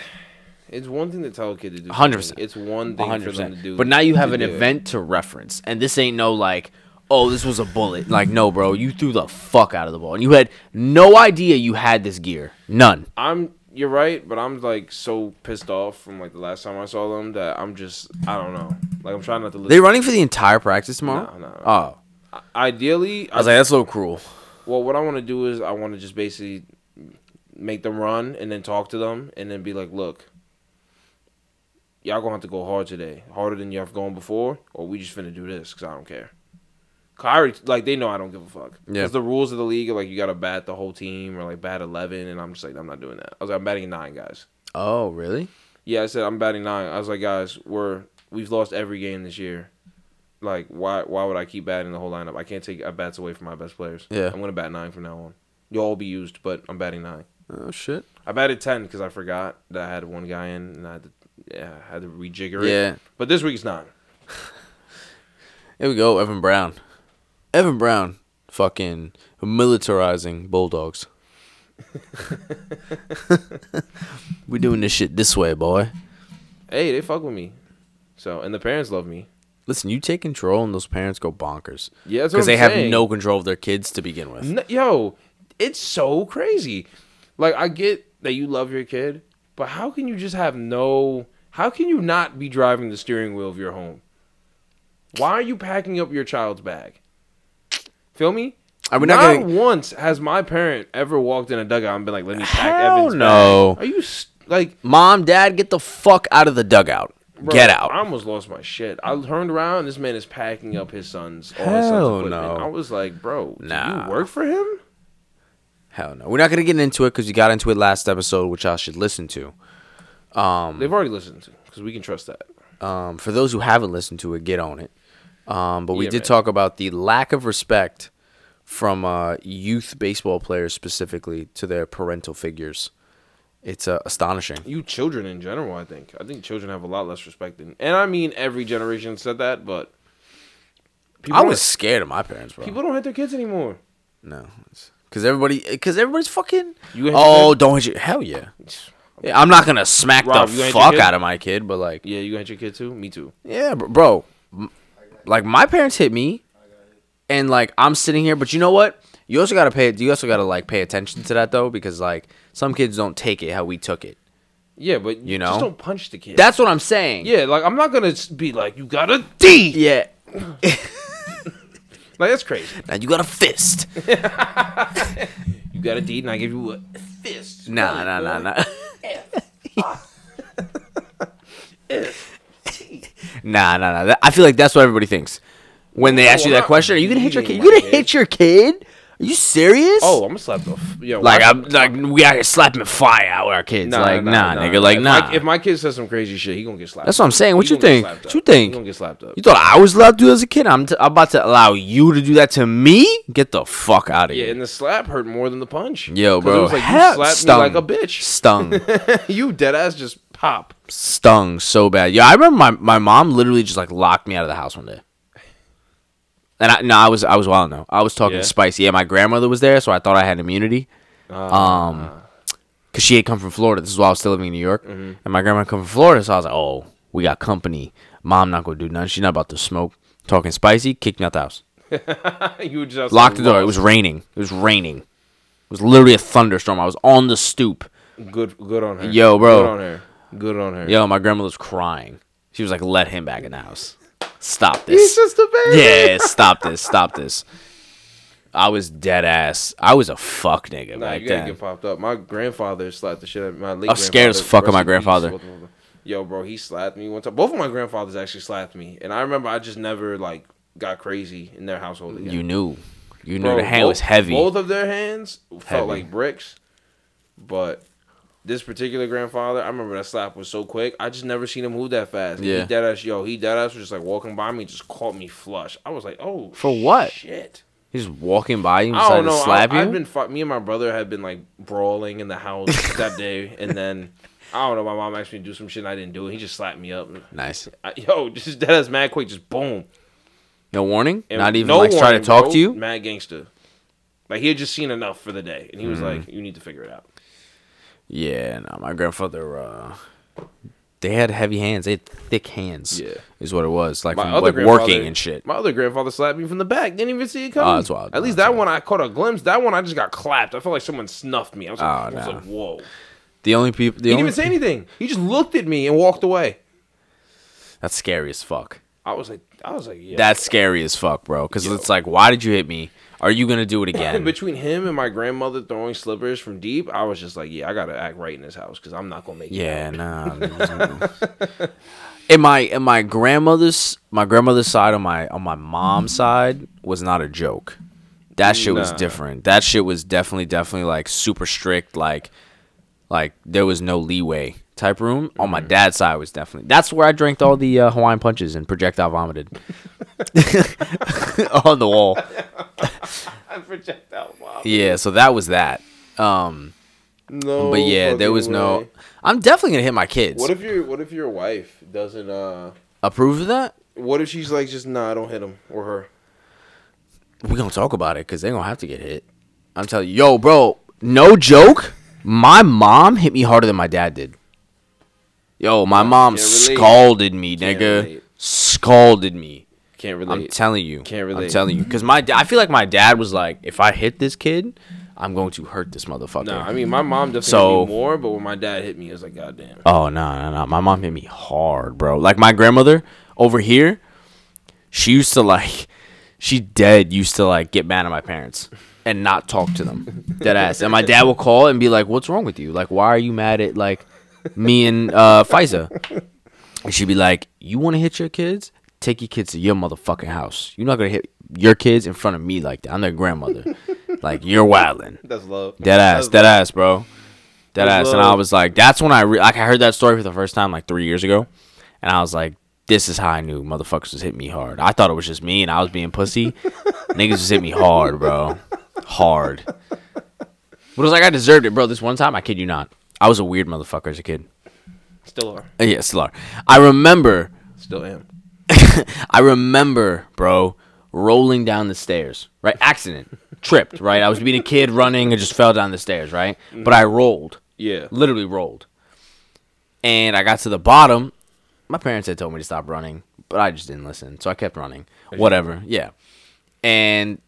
Speaker 3: It's one thing to tell a kid to do.
Speaker 4: 100%.
Speaker 3: something. It's one thing for them to do.
Speaker 4: But now you have
Speaker 3: to
Speaker 4: an
Speaker 3: do it.
Speaker 4: event to reference, and this ain't no like, oh, this was a bullet. Like, no, bro, you threw the fuck out of the ball, and you had no idea you had this gear, none.
Speaker 3: I'm. You're right, but I'm like so pissed off from like the last time I saw them that I'm just I don't know. Like I'm trying not to listen.
Speaker 4: They running for the entire practice tomorrow.
Speaker 3: No, no, no.
Speaker 4: Oh,
Speaker 3: Ideally,
Speaker 4: I was like, that's a little cruel.
Speaker 3: well, what I want to do is I want to just basically make them run and then talk to them and then be like, look, y'all gonna have to go hard today, harder than y'all have gone before, or we just finna do this because I don't care. 'Cause I already like they know I don't give a fuck.
Speaker 4: Yeah.
Speaker 3: Because the rules of the league are like you gotta bat the whole team or like bat eleven, and I'm just like I'm not doing that. I was like I'm batting nine guys.
Speaker 4: Oh, really?
Speaker 3: Yeah, I said I'm batting nine. I was like, guys, we're we've lost every game this year. Like, why why would I keep batting the whole lineup? I can't take bats away from my best players.
Speaker 4: Yeah.
Speaker 3: I'm gonna bat nine from now on. You'll all be used, but I'm batting nine.
Speaker 4: Oh shit.
Speaker 3: I batted ten because I forgot that I had one guy in and I had to yeah I had to rejigger it.
Speaker 4: Yeah.
Speaker 3: But this week's nine.
Speaker 4: Here we go, Evan Brown. Evan Brown, fucking militarizing bulldogs. we doing this shit this way, boy.
Speaker 3: Hey, they fuck with me. So and the parents love me.
Speaker 4: Listen, you take control and those parents go bonkers.
Speaker 3: Yeah, that's what
Speaker 4: because they
Speaker 3: I'm
Speaker 4: have
Speaker 3: saying.
Speaker 4: no control of their kids to begin with.
Speaker 3: N yo, it's so crazy. Like I get that you love your kid, but how can you just have no? How can you not be driving the steering wheel of your home? Why are you packing up your child's bag? Feel me?
Speaker 4: Are we
Speaker 3: not
Speaker 4: not gonna-
Speaker 3: once has my parent ever walked in a dugout and been like, "Let me pack
Speaker 4: Hell
Speaker 3: Evan's
Speaker 4: no.
Speaker 3: bag." Are you s- like?
Speaker 4: Mom, dad, get the fuck out of the dugout.
Speaker 3: bro,
Speaker 4: get out.
Speaker 3: I almost lost my shit. I turned around. This man is packing up his son's. All his
Speaker 4: Hell
Speaker 3: son's equipment.
Speaker 4: no.
Speaker 3: I was like, "Bro, do
Speaker 4: Nah.
Speaker 3: you work for him?"
Speaker 4: Hell no. We're not gonna get into it because you got into it last episode, which I should listen to.
Speaker 3: They've already listened to because we can trust that.
Speaker 4: Um, for those who haven't listened to it, get on it. Um, but we
Speaker 3: Yeah,
Speaker 4: did
Speaker 3: man.
Speaker 4: talk about the lack of respect from uh, youth baseball players specifically to their parental figures. It's uh, astonishing.
Speaker 3: you children in general i think i think children have a lot less respect than and i mean every generation said that but people,
Speaker 4: I
Speaker 3: don't-
Speaker 4: was scared of my parents, bro.
Speaker 3: people don't hit their kids anymore
Speaker 4: No, because everybody, because everybody's fucking.
Speaker 3: You hit your
Speaker 4: oh,
Speaker 3: kid?
Speaker 4: don't hit your hell yeah. Yeah, I'm not gonna smack
Speaker 3: Rob, you
Speaker 4: the
Speaker 3: hit your
Speaker 4: fuck
Speaker 3: kid?
Speaker 4: out of my kid, but like,
Speaker 3: yeah you gonna hit your kid too me too
Speaker 4: yeah, br- bro, m- like my parents hit me, and like I'm sitting here, but you know what? You also gotta pay. You also gotta like pay attention to that though, because like some kids don't take it how we took it.
Speaker 3: yeah but you,
Speaker 4: know?
Speaker 3: just don't punch the kid
Speaker 4: That's what I'm saying.
Speaker 3: yeah like i'm not gonna s- be like you got a d
Speaker 4: yeah.
Speaker 3: like that's crazy
Speaker 4: Now you got a fist.
Speaker 3: you got a d and i give you a fist
Speaker 4: Nah, nah, nah, nah. nah, nah, nah. That- I feel like that's what everybody thinks when they ask you
Speaker 3: I'm
Speaker 4: that
Speaker 3: Oh, not
Speaker 4: question. Are you gonna hit your kid?
Speaker 3: beating
Speaker 4: You gonna
Speaker 3: my
Speaker 4: hit your kid? Are you serious?
Speaker 3: oh i'm gonna slap the f- yo
Speaker 4: like
Speaker 3: watch-
Speaker 4: I'm like we out here slapping fire out with our kids. like nah, nigga. Like
Speaker 3: If
Speaker 4: nah.
Speaker 3: my, if my kid says some crazy shit he gonna get slapped
Speaker 4: that's what I'm saying. What
Speaker 3: He
Speaker 4: you
Speaker 3: gonna get
Speaker 4: think?
Speaker 3: slapped
Speaker 4: What
Speaker 3: up.
Speaker 4: you
Speaker 3: he gonna
Speaker 4: think?
Speaker 3: get slapped up
Speaker 4: You thought I was allowed to do it as a kid? I'm, t- I'm about to allow you to do that to me? Get the fuck out of
Speaker 3: yeah
Speaker 4: here.
Speaker 3: and the slap hurt more than the punch
Speaker 4: Yo,
Speaker 3: 'Cause
Speaker 4: bro.
Speaker 3: it was like
Speaker 4: hell-
Speaker 3: you slapped
Speaker 4: stung.
Speaker 3: me like a bitch
Speaker 4: Stung.
Speaker 3: you dead ass just pop.
Speaker 4: stung so bad. Yeah, I remember my, my mom literally just like locked me out of the house one day. And I no, I was I was wild no. I was talking
Speaker 3: Yeah?
Speaker 4: spicy. Yeah, my grandmother was there, so I thought I had immunity. um, because she had come from Florida. This is why I was still living in New York, and my grandma come from Florida, so I was like, oh, we got company. Mom not gonna do nothing. She's not about to smoke. Talking spicy, kicked me out the house.
Speaker 3: you just
Speaker 4: Locked the door. It was raining. It was raining. It was literally a thunderstorm. I was on the stoop.
Speaker 3: good. Good on her.
Speaker 4: Yo, bro.
Speaker 3: Good on her. Good on her.
Speaker 4: Yo, my grandma was crying. She was like, "Let him back in the house. Stop this."
Speaker 3: he's just a baby.
Speaker 4: yeah, stop this, stop this. I was dead ass. I was a fuck nigga
Speaker 3: Nah,
Speaker 4: back
Speaker 3: you gotta
Speaker 4: then.
Speaker 3: get popped up. My grandfather slapped the shit out of my late
Speaker 4: I was scared as fuck of my
Speaker 3: grandfather.
Speaker 4: grandfather.
Speaker 3: Rest in peace. Yo, bro, he slapped me one time. Both of my grandfathers actually slapped me, and I remember I just never like got crazy in their household. Again.
Speaker 4: You knew. You know the hand
Speaker 3: both,
Speaker 4: was heavy.
Speaker 3: Both of their hands felt
Speaker 4: Heavy.
Speaker 3: like bricks, but this particular grandfather, I remember that slap was so quick. I just never seen him move that fast.
Speaker 4: Yeah.
Speaker 3: He dead ass, yo, he dead ass was just like walking by me, just caught me flush. I was like, oh,
Speaker 4: For what?
Speaker 3: Shit.
Speaker 4: He's walking by you and
Speaker 3: I
Speaker 4: decided
Speaker 3: don't know.
Speaker 4: to slap
Speaker 3: I,
Speaker 4: you.
Speaker 3: I've been fu- me and my brother had been like brawling in the house that day, and then I don't know. My mom asked me to do some shit, and I didn't do it. He just slapped me up.
Speaker 4: nice.
Speaker 3: I, yo, just that is mad quick. Just boom.
Speaker 4: No warning.
Speaker 3: And
Speaker 4: Not even
Speaker 3: no
Speaker 4: like try to
Speaker 3: warning,
Speaker 4: talk
Speaker 3: bro.
Speaker 4: to you.
Speaker 3: Mad gangster. Like he had just seen enough for the day, and he was
Speaker 4: Mm-hmm.
Speaker 3: like, "You need to figure it out."
Speaker 4: Yeah, no, my grandfather. uh They had heavy hands. They had thick hands.
Speaker 3: Yeah.
Speaker 4: is what it was. Like,
Speaker 3: My
Speaker 4: from,
Speaker 3: other
Speaker 4: like
Speaker 3: grandfather-
Speaker 4: working and shit. Oh,
Speaker 3: My other grandfather slapped me from the back. Didn't even see it coming.
Speaker 4: that's wild.
Speaker 3: At least
Speaker 4: That's
Speaker 3: that one I caught a glimpse. That one I just got clapped. I felt like someone snuffed me. I was like,
Speaker 4: Oh,
Speaker 3: I was
Speaker 4: nah.
Speaker 3: like "Whoa!"
Speaker 4: The only people. The
Speaker 3: He didn't
Speaker 4: only
Speaker 3: even say anything. He just looked at me and walked away.
Speaker 4: That's scary as fuck.
Speaker 3: I was like, I was like, yeah.
Speaker 4: That's scary as fuck, bro. Because it's like, why did you hit me? Are you gonna do it again?
Speaker 3: between him and my grandmother throwing slippers from deep, I was just like, yeah, I gotta act right in this house because I'm not gonna make it.
Speaker 4: Yeah, nah. and my and my grandmother's my grandmother's side on my on my mom's side was not a joke. That shit was
Speaker 3: Nah.
Speaker 4: different. That shit was definitely definitely like super strict. Like like there was no leeway type room. On my dad's side was definitely that's where I drank all the uh, Hawaiian punches and projectile vomited on the wall.
Speaker 3: I project out, wow.
Speaker 4: Yeah, so that was that. Um,
Speaker 3: No,
Speaker 4: but yeah, there
Speaker 3: fucking
Speaker 4: was no.
Speaker 3: way.
Speaker 4: I'm definitely gonna hit my kids.
Speaker 3: What if your What if your wife doesn't? uh
Speaker 4: Approve of that?
Speaker 3: What if she's like, just nah, don't hit him or her.
Speaker 4: we gonna talk about it because they gonna have to get hit. I'm telling you, yo, bro, no joke. My mom hit me harder than my dad did. Yo, my mom
Speaker 3: can't relate.
Speaker 4: scalded me,
Speaker 3: Can't
Speaker 4: nigga.
Speaker 3: relate.
Speaker 4: Scalded me.
Speaker 3: Can't
Speaker 4: I'm telling you.
Speaker 3: Can't
Speaker 4: I'm
Speaker 3: relate.
Speaker 4: telling you, because my da- I feel like my dad was like, if I hit this kid, I'm going to hurt this motherfucker.
Speaker 3: no, I mean my mom definitely
Speaker 4: So-
Speaker 3: hit me more, but when my dad hit me, it was like, goddamn.
Speaker 4: Oh no, no, no. My mom hit me hard, bro. Like my grandmother over here, she used to like she dead used to like get mad at my parents and not talk to them. Dead ass. And my dad would call and be like, What's wrong with you? Like, why are you mad at like me and uh Pfizer? And she'd be like, You wanna hit your kids? Take your kids to your motherfucking house. You're not gonna hit your kids in front of me like that. I'm their grandmother. like you're wildin'.
Speaker 3: That's love.
Speaker 4: Dead ass, dead ass, bro. Dead
Speaker 3: That's
Speaker 4: ass. And I
Speaker 3: love.
Speaker 4: was like, that's when I re- like I heard that story for the first time like three years ago, and I was like, this is how I knew motherfuckers was hitting me hard. I thought it was just me and I was being pussy. Niggas was hitting me hard, bro, hard. But it was like I deserved it, bro. This one time, I kid you not, I was a weird motherfucker as a kid.
Speaker 3: Still are.
Speaker 4: Uh, Yeah, still are. I remember,
Speaker 3: Still am.
Speaker 4: I remember, bro, rolling down the stairs. Right, accident, tripped. Right, I was being a kid running and just fell down the stairs. Right, but I rolled
Speaker 3: Yeah.
Speaker 4: literally rolled. And I got to the bottom. My parents had told me to stop running, but I just didn't listen. So I kept running. Whatever. Yeah. And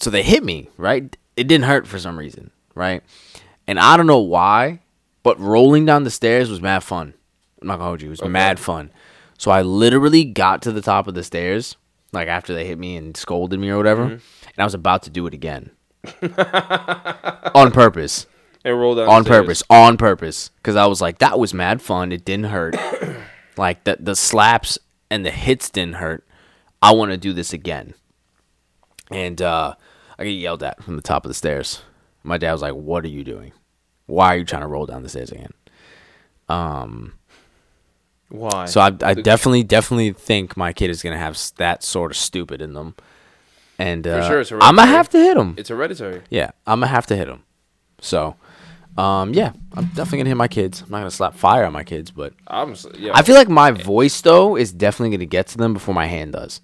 Speaker 4: so they hit me, right? It didn't hurt for some reason, right? And I don't know why, but rolling down the stairs was mad fun. I'm not gonna hold you. It was mad fun. So I literally got to the top of the stairs, like after they hit me and scolded me or whatever, and I was about to do it again. On purpose
Speaker 3: And roll down
Speaker 4: on
Speaker 3: the stairs.
Speaker 4: purpose, on purpose, because I was like, that was mad fun. It didn't hurt. like the the slaps and the hits didn't hurt. I want to do this again. And uh, I get yelled at from the top of the stairs. My dad was like, "What are you doing? Why are you trying to roll down the stairs again?"
Speaker 3: Why?
Speaker 4: So I, I definitely, definitely think my kid is gonna have s- that sort of stupid in them. And uh,
Speaker 3: sure, it's
Speaker 4: I'm gonna
Speaker 3: hereditary.
Speaker 4: have to hit him.
Speaker 3: it's hereditary.
Speaker 4: Yeah, I'm gonna have to hit him. So, um, yeah, I'm definitely gonna hit my kids. I'm not gonna slap fire on my kids, but
Speaker 3: I'm. s- Yeah.
Speaker 4: I feel like my voice though is definitely gonna get to them before my hand does.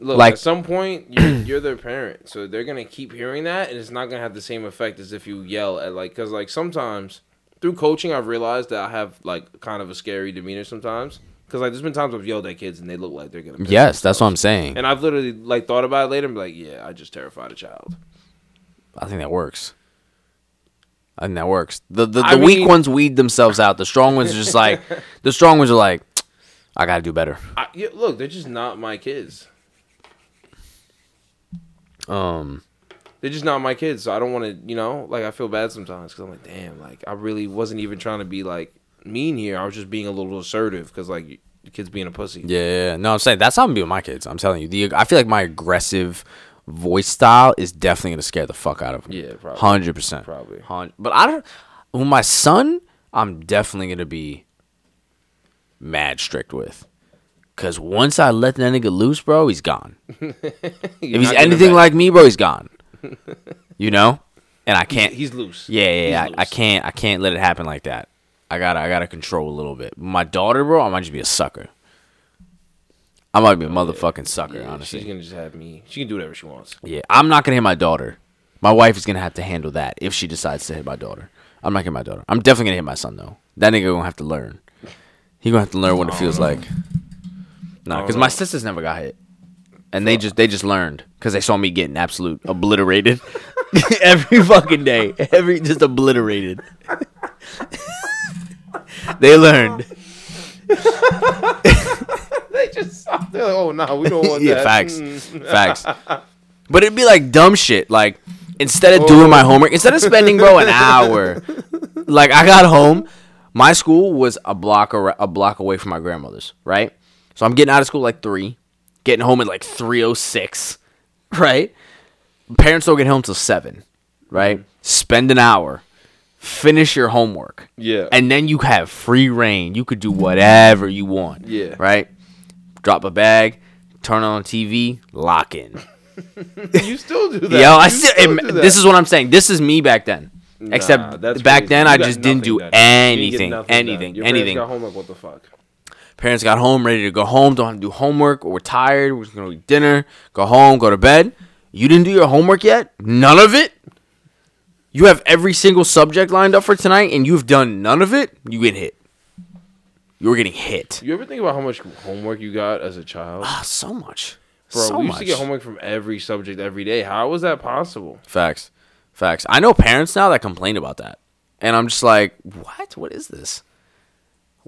Speaker 3: Look,
Speaker 4: Like-
Speaker 3: at some point, you're, you're their parent, so they're gonna keep hearing that, and it's not gonna have the same effect as if you yell at like, because like sometimes through coaching, I've realized that I have like kind of a scary demeanor sometimes, because like there's been times I've yelled at kids and they look like they're gonna. piss
Speaker 4: Yes, that's what I'm
Speaker 3: themselves.
Speaker 4: saying.
Speaker 3: And I've literally like thought about it later and be like, yeah, I just terrified a child.
Speaker 4: I think that works. I think that works. The the, the
Speaker 3: I
Speaker 4: weak
Speaker 3: mean-
Speaker 4: ones weed themselves out. The strong ones are just like the strong ones are like, I gotta do better.
Speaker 3: I, yeah, look, they're just not my kids.
Speaker 4: Um,
Speaker 3: They're just not my kids, so I don't want to, you know, like I feel bad sometimes because I'm like, damn, like I really wasn't even trying to be like mean here. I was just being a little assertive because like the kid's being a pussy.
Speaker 4: yeah, yeah, no, I'm saying that's how I'm gonna be with my kids. I'm telling you, the I feel like my aggressive voice style is definitely gonna scare the fuck out of him.
Speaker 3: Yeah, probably.
Speaker 4: hundred percent,
Speaker 3: Probably.
Speaker 4: Hun- But I don't. With my son, I'm definitely gonna be mad strict with. Cause once I let that nigga loose, bro, he's gone. if he's
Speaker 3: not getting
Speaker 4: anything
Speaker 3: back.
Speaker 4: like me, bro, he's gone. you know, and I can't.
Speaker 3: He's loose.
Speaker 4: Yeah, yeah,
Speaker 3: He's
Speaker 4: yeah. I, I
Speaker 3: loose.
Speaker 4: can't I can't let it happen like that. I gotta I gotta control a little bit. My daughter, bro, I might just be a sucker. I might be a motherfucking sucker,
Speaker 3: Oh, Yeah,
Speaker 4: honestly.
Speaker 3: she's gonna just have me. She can do whatever she wants.
Speaker 4: Yeah. I'm not gonna hit my daughter. My wife is gonna have to handle that if she decides to hit my daughter. I'm not hitting my daughter. I'm definitely gonna hit my son though. That nigga gonna have to learn. He gonna have to learn what it feels like. Nah, because my sisters never got hit, and they just they just learned because they saw me getting absolute obliterated every fucking day, every just obliterated. they learned.
Speaker 3: They just they're like, oh no, we don't want
Speaker 4: yeah,
Speaker 3: that.
Speaker 4: facts,
Speaker 3: Mm.
Speaker 4: facts. But it'd be like dumb shit. Like instead of doing
Speaker 3: Oh.
Speaker 4: my homework, instead of spending bro an hour, like I got home. My school was a block ar- a block away from my grandmother's. Right, so I'm getting out of school like three, getting home at like three oh six. Right, parents don't get home till seven. Right, spend an hour. Finish your homework.
Speaker 3: Yeah.
Speaker 4: And then you have free reign. You could do whatever you want.
Speaker 3: Yeah.
Speaker 4: Right? Drop a bag, turn on TV, lock in.
Speaker 3: You still do that.
Speaker 4: Yo, I
Speaker 3: You
Speaker 4: still,
Speaker 3: still
Speaker 4: it-
Speaker 3: do that.
Speaker 4: this is what I'm saying. This is me back then. Except
Speaker 3: that's
Speaker 4: back
Speaker 3: crazy.
Speaker 4: then,
Speaker 3: You
Speaker 4: I
Speaker 3: got
Speaker 4: just didn't
Speaker 3: nothing
Speaker 4: do
Speaker 3: done. You didn't
Speaker 4: anything,
Speaker 3: get nothing done.
Speaker 4: anything,
Speaker 3: Your parents
Speaker 4: anything.
Speaker 3: Got homework. What the fuck?
Speaker 4: Parents got home ready to go home. Don't have to do homework. Or we're tired. We're just gonna eat dinner. Go home. Go to bed. You didn't do your homework yet. None of it. You have every single subject lined up for tonight, and you've done none of it. You get hit. You're getting hit.
Speaker 3: You ever think about how much homework you got as a child?
Speaker 4: Ah, so much.
Speaker 3: Bro,
Speaker 4: so
Speaker 3: we used
Speaker 4: much.
Speaker 3: to get homework from every subject every day. How was that possible?
Speaker 4: Facts. Facts. I know parents now that complain about that. And I'm just like, what? What is this?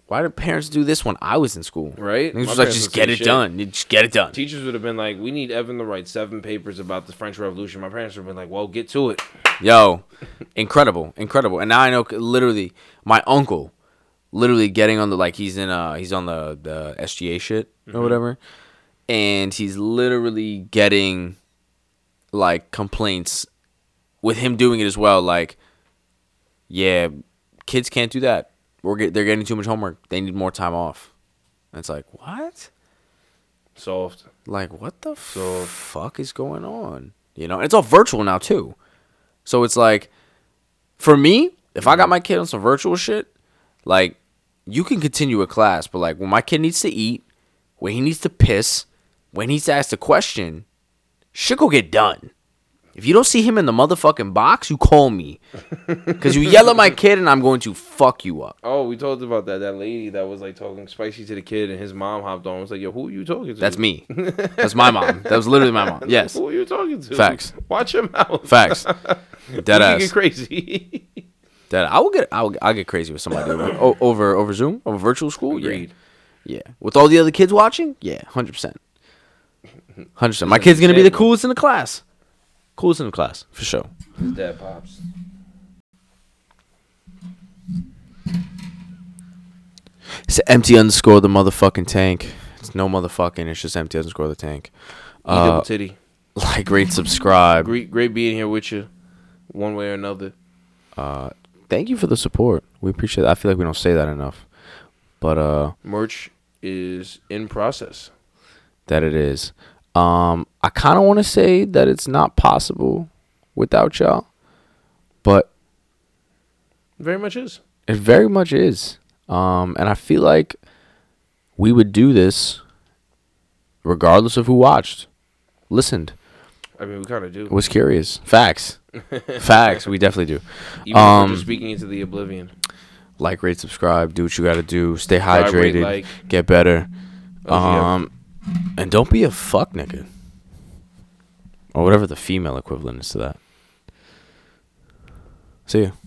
Speaker 4: Why did parents do this when I was in school?
Speaker 3: Right?
Speaker 4: And it's
Speaker 3: My
Speaker 4: just like,
Speaker 3: parents
Speaker 4: just
Speaker 3: don't
Speaker 4: get
Speaker 3: say
Speaker 4: it
Speaker 3: shit.
Speaker 4: done. You Just get it done.
Speaker 3: Teachers would have been like, "We need Evan to write seven papers about the French Revolution." My parents would have been like, "Well, get to it."
Speaker 4: Yo, incredible, incredible. And now I know c- literally my uncle, literally getting on the like he's in uh he's on the the SGA shit or whatever, and he's literally getting like complaints with him doing it as well. Like, yeah, kids can't do that. We're get, they're getting too much homework. They need more time off. And it's like what?
Speaker 3: Soft.
Speaker 4: like what the
Speaker 3: So-
Speaker 4: fuck is going on you know and it's all virtual now too so it's like for me if
Speaker 3: Mm-hmm.
Speaker 4: i got my kid on some virtual shit like you can continue a class but like when my kid needs to eat when he needs to piss when he needs to ask the question shit go get done if you don't see him in the motherfucking box you call me because you yell at my kid and i'm going to fuck you up
Speaker 3: Oh, we talked about that. That lady that was like talking spicy to the kid, and his mom hopped on. and Was like, "Yo, who are you talking to?"
Speaker 4: that's me that's my mom that was literally my mom yes
Speaker 3: Who are you talking to?
Speaker 4: Facts.
Speaker 3: Watch your mouth.
Speaker 4: facts dead
Speaker 3: you
Speaker 4: ass
Speaker 3: get crazy.
Speaker 4: That I will get, I will, I'll get crazy with somebody over, o- over over Zoom, over virtual school.
Speaker 3: Agreed.
Speaker 4: Yeah, yeah. With all the other kids watching, yeah, hundred percent, hundred percent. My kid's gonna be the
Speaker 3: understandable.
Speaker 4: coolest in the class, coolest in the class for sure.
Speaker 3: His dad pops.
Speaker 4: It's empty underscore the motherfucking tank. It's no motherfucking. It's just empty underscore the tank.
Speaker 3: E
Speaker 4: Uh,
Speaker 3: double titty.
Speaker 4: like, rate, subscribe.
Speaker 3: Great, great being here with you, one way or another.
Speaker 4: Thank you for the support. We appreciate. That. I feel like we don't say that enough, but uh,
Speaker 3: Merch is in process.
Speaker 4: that it is. Um, I kind of want to say that it's not possible without y'all, but
Speaker 3: Very much is.
Speaker 4: it very much is. Um, and I feel like we would do this regardless of who watched, listened,
Speaker 3: I mean, we kind of do.
Speaker 4: was curious. Facts. Facts. We definitely do.
Speaker 3: Even if
Speaker 4: Um,
Speaker 3: we're just speaking into the oblivion.
Speaker 4: Like, rate, subscribe, do what you got to do, stay
Speaker 3: Subscribe, rate,
Speaker 4: hydrated,
Speaker 3: like.
Speaker 4: get better.
Speaker 3: Oh, yeah.
Speaker 4: Um, and don't be a fuck nigga. Or whatever the female equivalent is to that. See ya.